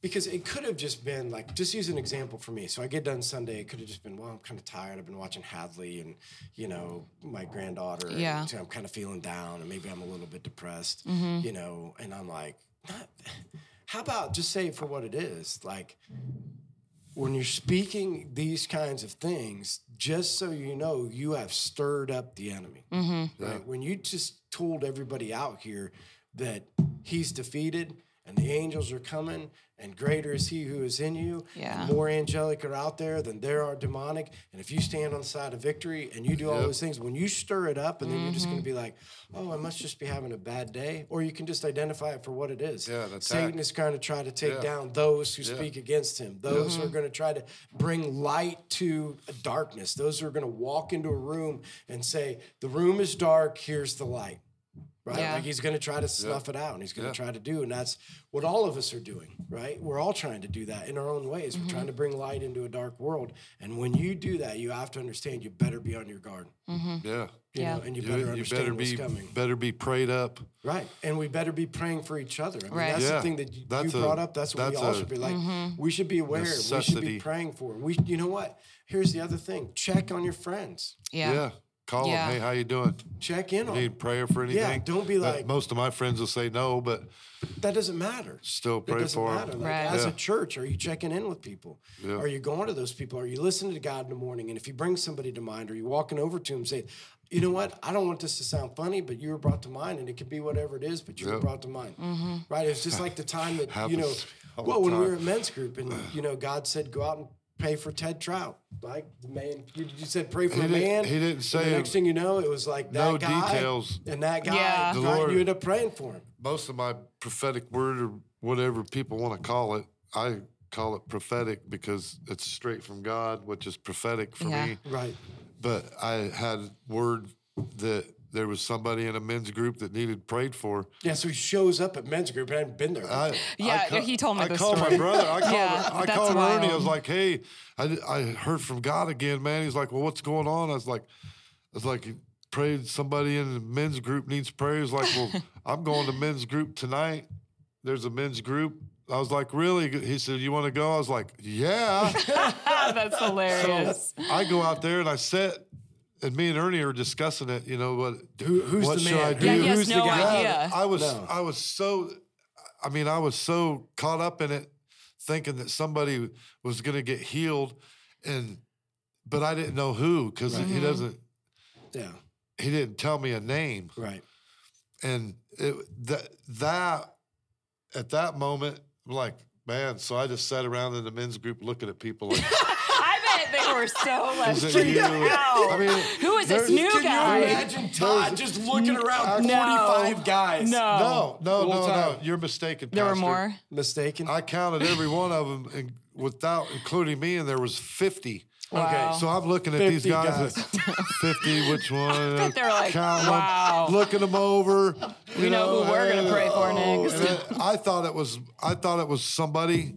Speaker 2: because it could have just been like just use an example for me so i get done sunday it could have just been well i'm kind of tired i've been watching hadley and you know my granddaughter and
Speaker 1: Yeah.
Speaker 2: so i'm kind of feeling down and maybe i'm a little bit depressed you know and i'm like not, how about just say it for what it is like when you're speaking these kinds of things, just so you know, you have stirred up the enemy. Right? When you just told everybody out here that he's defeated and the angels are coming and greater is he who is in you
Speaker 1: Yeah.
Speaker 2: and more angelic are out there than there are demonic and if you stand on the side of victory and you do all those things when you stir it up and then you're just going to be like oh i must just be having a bad day or you can just identify it for what it is
Speaker 3: Yeah, an attack.
Speaker 2: satan is going to try to take down those who speak against him those who are going to try to bring light to darkness those who are going to walk into a room and say the room is dark here's the light right?
Speaker 1: Yeah.
Speaker 2: Like he's going to try to snuff it out, and he's going to try to do, and that's what all of us are doing, right? We're all trying to do that in our own ways.
Speaker 1: Mm-hmm.
Speaker 2: We're trying to bring light into a dark world, and when you do that, you have to understand you better be on your guard,
Speaker 1: Mm.
Speaker 3: Yeah.
Speaker 2: you
Speaker 1: Yeah.
Speaker 2: know, and you,
Speaker 3: You,
Speaker 2: better
Speaker 3: you
Speaker 2: understand
Speaker 3: better
Speaker 2: what's
Speaker 3: be
Speaker 2: coming,
Speaker 3: better be prayed up.
Speaker 2: right? And we better be praying for each other. I mean,
Speaker 1: Right.
Speaker 2: That's
Speaker 3: Yeah.
Speaker 2: the thing that you,
Speaker 3: That's
Speaker 2: you
Speaker 3: a-
Speaker 2: brought up. That's what
Speaker 3: that's
Speaker 2: we all
Speaker 3: a
Speaker 2: should be like. We should be aware. We should
Speaker 3: necessity.
Speaker 2: be praying for. We, you know what? Here's the other thing: check on your friends.
Speaker 1: Yeah.
Speaker 3: Yeah. Call
Speaker 1: Yeah.
Speaker 3: them. Hey, how you doing?
Speaker 2: Check in on.
Speaker 3: Need prayer for anything?
Speaker 2: don't be
Speaker 3: But
Speaker 2: like-
Speaker 3: most of my friends will say no, but
Speaker 2: That doesn't matter.
Speaker 3: still
Speaker 2: It
Speaker 3: pray
Speaker 2: doesn't
Speaker 3: for
Speaker 2: matter.
Speaker 3: them.
Speaker 2: Like,
Speaker 1: Right.
Speaker 2: As
Speaker 3: Yeah.
Speaker 2: a church, are you checking in with people?
Speaker 3: Yeah.
Speaker 2: Are you going to those people? Are you listening to God in the morning? And if you bring somebody to mind, are you walking over to them and say, you know what? I don't want this to sound funny, but you were brought to mind, and it could be whatever it is, but you were
Speaker 3: Yeah.
Speaker 2: brought to mind,
Speaker 1: Mm-hmm.
Speaker 2: right? It's just like the time that you know,
Speaker 3: Happens all the
Speaker 2: well, when we
Speaker 3: time.
Speaker 2: were at men's group, and you know, God said, go out and pay for Ted Trout, like the man. You, you said pray for
Speaker 3: He
Speaker 2: a
Speaker 3: didn't-
Speaker 2: man.
Speaker 3: he didn't
Speaker 2: and
Speaker 3: say
Speaker 2: The next thing you know, it was like that
Speaker 3: no
Speaker 2: guy
Speaker 3: details.
Speaker 2: and that guy.
Speaker 1: Yeah.
Speaker 3: The
Speaker 2: right?
Speaker 3: Lord-
Speaker 2: You end up praying for him.
Speaker 3: most of my prophetic word or whatever people want to call it, I call it prophetic because it's straight from God, which is prophetic for
Speaker 1: Yeah.
Speaker 3: me.
Speaker 2: Right.
Speaker 3: But I had word that there was somebody in a men's group that needed prayed for.
Speaker 2: Yeah, so he shows up at men's group. I hadn't been there.
Speaker 3: I,
Speaker 1: Yeah,
Speaker 3: I ca-
Speaker 1: he told me
Speaker 3: I
Speaker 1: this
Speaker 3: called
Speaker 1: story.
Speaker 3: my brother. I called,
Speaker 1: Yeah,
Speaker 3: I
Speaker 1: that's
Speaker 3: called Ernie. I
Speaker 1: wild.
Speaker 3: was like, "Hey, I, d- I heard from God again, man." He's like, "Well, what's going on?" I was like, "I was like, "You prayed somebody in the men's group needs prayer." He's like, "Well, I'm going to men's group tonight. There's a men's group." I was like, "Really?" He said, "You want to go?" I was like, "Yeah."
Speaker 1: Ah, That's hilarious.
Speaker 3: I go out there and I sit, and me and Ernie are discussing it. You know what?
Speaker 2: Who- who's
Speaker 3: what
Speaker 2: the
Speaker 3: should
Speaker 2: man?
Speaker 3: I
Speaker 2: Who-
Speaker 3: do?
Speaker 1: yeah, he has
Speaker 2: who's the
Speaker 1: no
Speaker 2: guy?
Speaker 3: Yeah,
Speaker 1: idea.
Speaker 3: I was
Speaker 2: No.
Speaker 3: I was so I mean, I was so caught up in it thinking that somebody was gonna get healed and but I didn't know who because
Speaker 1: Mm-hmm.
Speaker 3: he doesn't
Speaker 2: yeah,
Speaker 3: he didn't tell me a name.
Speaker 2: right.
Speaker 3: And it that that at that moment, I'm like, man, so I just sat around in the men's group looking at people like
Speaker 1: I bet they were so
Speaker 3: is
Speaker 1: left.
Speaker 3: it you?
Speaker 1: out.
Speaker 3: I mean
Speaker 1: Who is this
Speaker 3: there's-
Speaker 1: new
Speaker 2: Can
Speaker 1: guy?
Speaker 2: you imagine Todd just looking around
Speaker 1: No.
Speaker 2: 45 guys?
Speaker 3: no, no,
Speaker 2: Full
Speaker 3: no, no.
Speaker 2: time.
Speaker 3: You're mistaken.
Speaker 1: There were
Speaker 3: Pastor.
Speaker 1: more.
Speaker 2: Mistaken?
Speaker 3: I counted every one of them, and without including me, and there was fifty.
Speaker 1: Wow.
Speaker 3: So I'm looking at
Speaker 2: 50
Speaker 3: these guys, at fifty. Which one?
Speaker 1: bet they're like,
Speaker 3: Count 'em,
Speaker 1: wow.
Speaker 3: looking them over. You
Speaker 1: We know who we're gonna
Speaker 3: and-
Speaker 1: pray for next.
Speaker 3: and then I thought it was, I thought it was somebody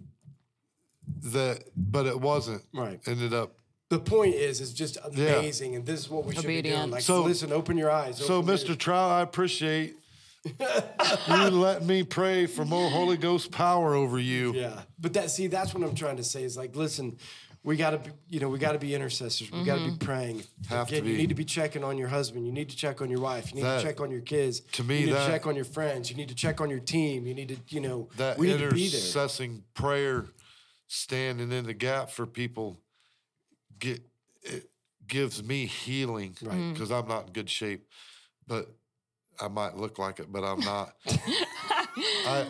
Speaker 3: that, but it wasn't.
Speaker 2: Right.
Speaker 3: Ended up.
Speaker 2: the point is, it's just amazing, and this is what we should be doing.
Speaker 1: Obedient.
Speaker 2: Like,
Speaker 3: So-
Speaker 2: listen, open your eyes.
Speaker 3: So,
Speaker 2: open your-
Speaker 3: Mr. Trout, I appreciate you let me pray for more Holy Ghost power over you.
Speaker 2: Yeah, but that see, that's what I'm trying to say is like, listen, we gotta, be, you know, we gotta be intercessors. We
Speaker 1: Mm-hmm.
Speaker 2: gotta be praying.
Speaker 3: Have to
Speaker 2: Again, You
Speaker 3: be.
Speaker 2: need to be checking on your husband. You need to check on your wife. You need
Speaker 3: That-
Speaker 2: to check on your kids.
Speaker 3: to me,
Speaker 2: you need
Speaker 3: that-
Speaker 2: to check on your friends. You need to check on your team. You need to, you know,
Speaker 3: that
Speaker 2: we need to be there.
Speaker 3: intercessing prayer, standing in the gap for people, get it gives me healing
Speaker 1: Mm.
Speaker 3: because I'm not in good shape, but I might look like it, but I'm not. I,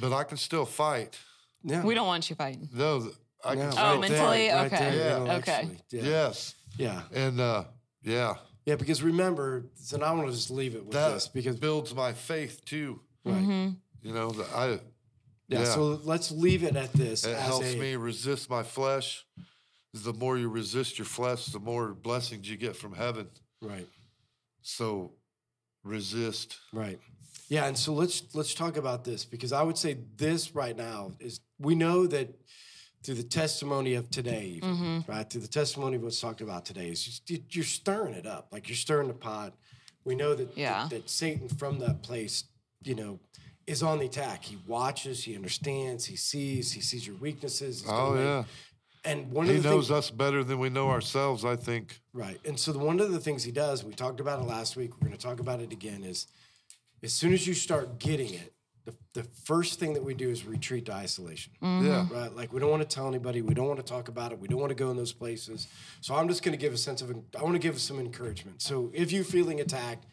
Speaker 3: but I can still fight.
Speaker 2: Yeah.
Speaker 1: We don't want you fighting.
Speaker 3: No, th- I
Speaker 2: Yeah,
Speaker 3: can.
Speaker 1: Oh,
Speaker 3: fight
Speaker 1: mentally?
Speaker 3: that.
Speaker 2: right
Speaker 1: Okay.
Speaker 2: there,
Speaker 3: Yeah.
Speaker 1: Okay.
Speaker 2: intellectually. Yeah.
Speaker 3: Yes,
Speaker 2: Yeah.
Speaker 3: and uh, yeah,
Speaker 2: Yeah, because remember, and I want to just leave it with
Speaker 3: that
Speaker 2: this because
Speaker 3: builds my faith too.
Speaker 2: right.
Speaker 1: Mm-hmm.
Speaker 3: You know, the- I
Speaker 2: yeah,
Speaker 3: yeah.
Speaker 2: So let's leave it at this.
Speaker 3: It
Speaker 2: as
Speaker 3: helps
Speaker 2: a-
Speaker 3: me resist my flesh. The more you resist your flesh, the more blessings you get from heaven.
Speaker 2: Right.
Speaker 3: So resist.
Speaker 2: Right. Yeah, and so let's let's talk about this because I would say this right now is we know that through the testimony of today, even, right? Through the testimony of what's talked about today, is just, you- you're stirring it up, like you're stirring the pot. We know that,
Speaker 1: Yeah.
Speaker 2: that that Satan from that place, you know, is on the attack. He watches, he understands, he sees, he sees your weaknesses. he's gonna
Speaker 3: Oh
Speaker 2: make-
Speaker 3: yeah,
Speaker 2: And one
Speaker 3: he
Speaker 2: of the
Speaker 3: knows
Speaker 2: things,
Speaker 3: us better than we know ourselves. I think.
Speaker 2: Right. And so the, one of the things he does, we talked about it last week, we're going to talk about it again, is as soon as you start getting it, the, the first thing that we do is retreat to isolation.
Speaker 3: Yeah.
Speaker 2: Right. Like we don't want to tell anybody. We don't want to talk about it. We don't want to go in those places. So I'm just going to give a sense of, I want to give some encouragement. So if you're feeling attacked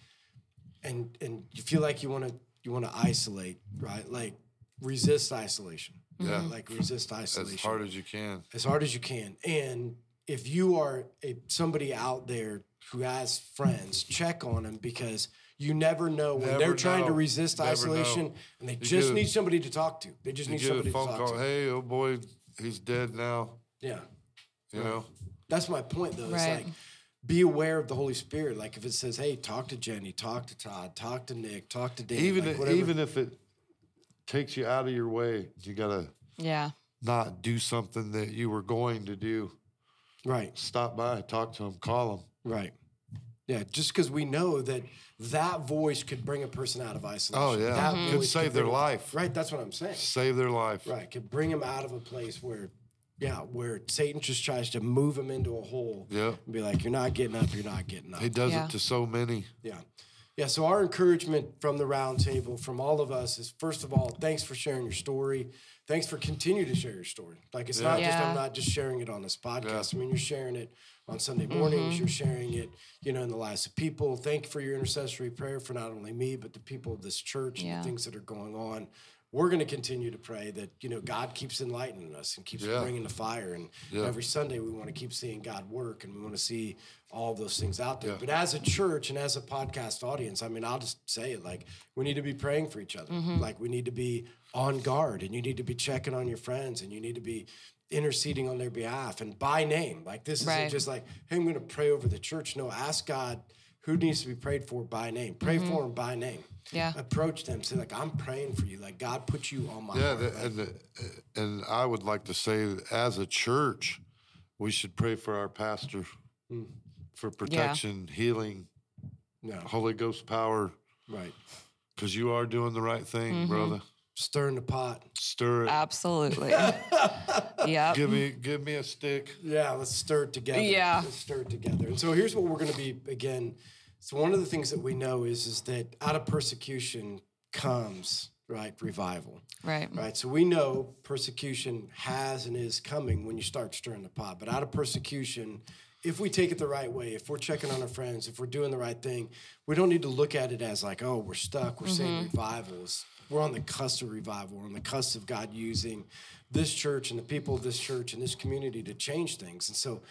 Speaker 2: and, and you feel like you want to, you want to isolate, right? Like resist isolation.
Speaker 3: Yeah.
Speaker 2: Like resist
Speaker 3: As
Speaker 2: isolation
Speaker 3: hard as you can.
Speaker 2: as hard as you can. And if you are a, somebody out there who has friends, check on them because you never know when
Speaker 3: Never
Speaker 2: they're trying to
Speaker 3: know.
Speaker 2: resist
Speaker 3: Never
Speaker 2: isolation
Speaker 3: know.
Speaker 2: and they
Speaker 3: You
Speaker 2: just
Speaker 3: get a-
Speaker 2: need somebody to talk to. They just
Speaker 3: You
Speaker 2: need
Speaker 3: get a
Speaker 2: somebody
Speaker 3: phone
Speaker 2: to talk
Speaker 3: call.
Speaker 2: to.
Speaker 3: Hey, oh boy, he's dead now.
Speaker 2: Yeah.
Speaker 3: You know.
Speaker 2: That's my point though.
Speaker 1: Right.
Speaker 2: It's like be aware of the Holy Spirit. Like if it says, "Hey, talk to Jenny, talk to Todd, talk to Nick, talk to Dan,"
Speaker 3: Even
Speaker 2: like,
Speaker 3: if-
Speaker 2: whatever.
Speaker 3: even if it takes you out of your way, you gotta
Speaker 1: Yeah.
Speaker 3: not do something that you were going to do.
Speaker 2: right.
Speaker 3: Stop by, talk to him, call him.
Speaker 2: Right. Yeah, just because we know that that voice could bring a person out of
Speaker 3: Oh
Speaker 2: isolation.
Speaker 3: yeah,
Speaker 2: That
Speaker 3: could
Speaker 2: voice
Speaker 3: save their
Speaker 2: bring-
Speaker 3: life.
Speaker 2: Right, that's what I'm saying.
Speaker 3: Save their life.
Speaker 2: Right, could bring them out of a place where, yeah, where Satan just tries to move them into a hole.
Speaker 3: Yeah.
Speaker 2: And be like, you're not getting up, you're not getting up.
Speaker 3: He does
Speaker 1: Yeah.
Speaker 3: it to so many.
Speaker 2: Yeah. Yeah. So our encouragement from the roundtable, from all of us, is first of all, thanks for sharing your story. Thanks for continue to share your story. Like it's not just
Speaker 1: Yeah.
Speaker 2: I'm not just sharing it on this podcast. I mean, you're sharing it on Sunday mornings. You're sharing it, you know, in the lives of people. Thank you for your intercessory prayer for not only me but the people of this church and
Speaker 1: Yeah.
Speaker 2: the things that are going on. We're going to continue to pray that you know God keeps enlightening us and keeps
Speaker 3: Yeah.
Speaker 2: bringing the fire. And every Sunday we want to keep seeing God work and we want to see all those things out there. But as a church and as a podcast audience, I mean, I'll just say it like we need to be praying for each other. Like we need to be on guard and you need to be checking on your friends and you need to be interceding on their behalf and by name. Like this
Speaker 1: Right.
Speaker 2: isn't just like, hey, I'm going to pray over the church. No, ask God who needs to be prayed for by name. Pray for them by name.
Speaker 1: Mm-hmm. Yeah.
Speaker 2: Approach them. Say like, I'm praying for you. Like God put you on my
Speaker 3: Yeah,
Speaker 2: heart.
Speaker 3: the, and the, and I would like to say, that as a church, we should pray for our pastor for protection, healing,
Speaker 2: no,
Speaker 3: Holy Ghost power,
Speaker 2: right.
Speaker 3: because you are doing the right thing, brother.
Speaker 2: Stirring the pot.
Speaker 3: Stir
Speaker 1: Uh,
Speaker 3: it.
Speaker 1: Absolutely. yep.
Speaker 3: Give me, give me a stick.
Speaker 2: Yeah, let's stir it together.
Speaker 1: Yeah.
Speaker 2: let's stir it together. And so here's what we're going to be again. So one of the things that we know is is that out of persecution comes right revival.
Speaker 1: Right.
Speaker 2: Right. So we know persecution has and is coming when you start stirring the pot. But out of persecution, if we take it the right way, if we're checking on our friends, if we're doing the right thing, we don't need to look at it as like, oh, we're stuck. We're seeing revivals. We're on the cusp of revival. We're on the cusp of God using this church and the people of this church and this community to change things. And so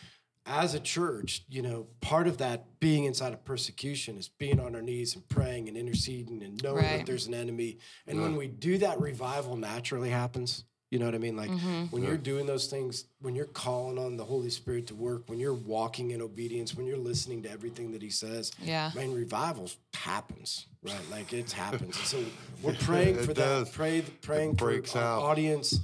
Speaker 2: as a church, you know, part of that being inside of persecution is being on our knees and praying and interceding and knowing that
Speaker 1: Right.
Speaker 2: there's an enemy. And when we do that, revival naturally happens. You know what I mean? Like
Speaker 1: Mm-hmm.
Speaker 2: when you're doing those things, when you're calling on the Holy Spirit to work, when you're walking in obedience, when you're listening to everything that He says,
Speaker 1: Yeah.
Speaker 2: man, revival happens, right? Like it happens. And so we're praying
Speaker 3: It
Speaker 2: for
Speaker 3: does.
Speaker 2: that. Pray, praying
Speaker 3: breaks
Speaker 2: for our
Speaker 3: out.
Speaker 2: audience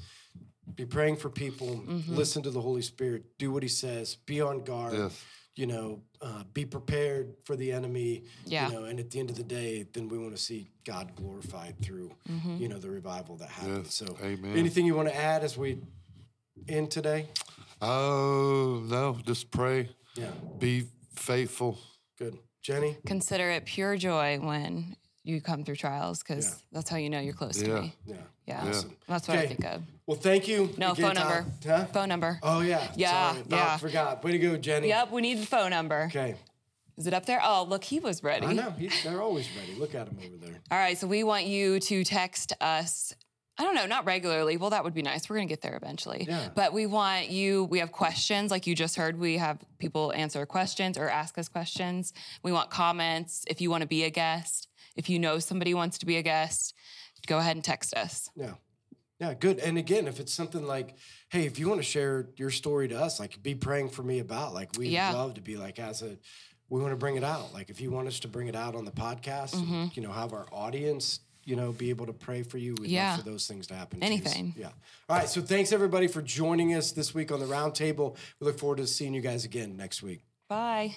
Speaker 2: be praying for people
Speaker 1: Mm-hmm.
Speaker 2: listen to the holy spirit do what he says be on guard
Speaker 3: Yes.
Speaker 2: you know uh, be prepared for the enemy
Speaker 1: Yeah.
Speaker 2: you know and at the end of the day then we want to see god glorified through
Speaker 1: Mm-hmm.
Speaker 2: you know the revival that happens so
Speaker 3: Amen.
Speaker 2: anything you want to add as we end today
Speaker 3: Oh no, just pray.
Speaker 2: yeah
Speaker 3: Be faithful.
Speaker 2: good jenny
Speaker 1: Consider it pure joy when you come through trials because that's how you know you're close
Speaker 3: Yeah.
Speaker 1: to me.
Speaker 2: yeah
Speaker 1: Yeah.
Speaker 2: Awesome.
Speaker 1: That's what I
Speaker 2: Okay.
Speaker 1: think of.
Speaker 2: well thank you
Speaker 1: No,
Speaker 2: again,
Speaker 1: phone
Speaker 2: Tom.
Speaker 1: number.
Speaker 2: huh?
Speaker 1: Phone number.
Speaker 2: oh yeah
Speaker 1: Yeah,
Speaker 2: Sorry.
Speaker 1: yeah.
Speaker 2: I forgot way to go jenny
Speaker 1: Yep, we need the phone number.
Speaker 2: okay
Speaker 1: Is it up there? Oh, look, he was ready.
Speaker 2: i know he, they're always ready look at him over there
Speaker 1: All right, so we want you to text us. I don't know, not regularly. Well, that would be nice. We're going to get there eventually.
Speaker 2: Yeah.
Speaker 1: But we want you, we have questions. Like you just heard, we have people answer questions or ask us questions. We want comments. If you want to be a guest, if you know somebody wants to be a guest, go ahead and text us.
Speaker 2: Yeah. Yeah, good. And again, if it's something like, hey, if you want to share your story to us, like be praying for me about, like we
Speaker 1: Yeah.
Speaker 2: would love to be like as a we want to bring it out. Like if you want us to bring it out on the podcast,
Speaker 1: Mm-hmm.
Speaker 2: and, you know, have our audience, you know, be able to pray for you. We'd
Speaker 1: Yeah.
Speaker 2: love for those things to happen. too.
Speaker 1: Anything.
Speaker 2: Yeah. All right. So thanks everybody for joining us this week on the roundtable. We look forward to seeing you guys again next week.
Speaker 1: Bye.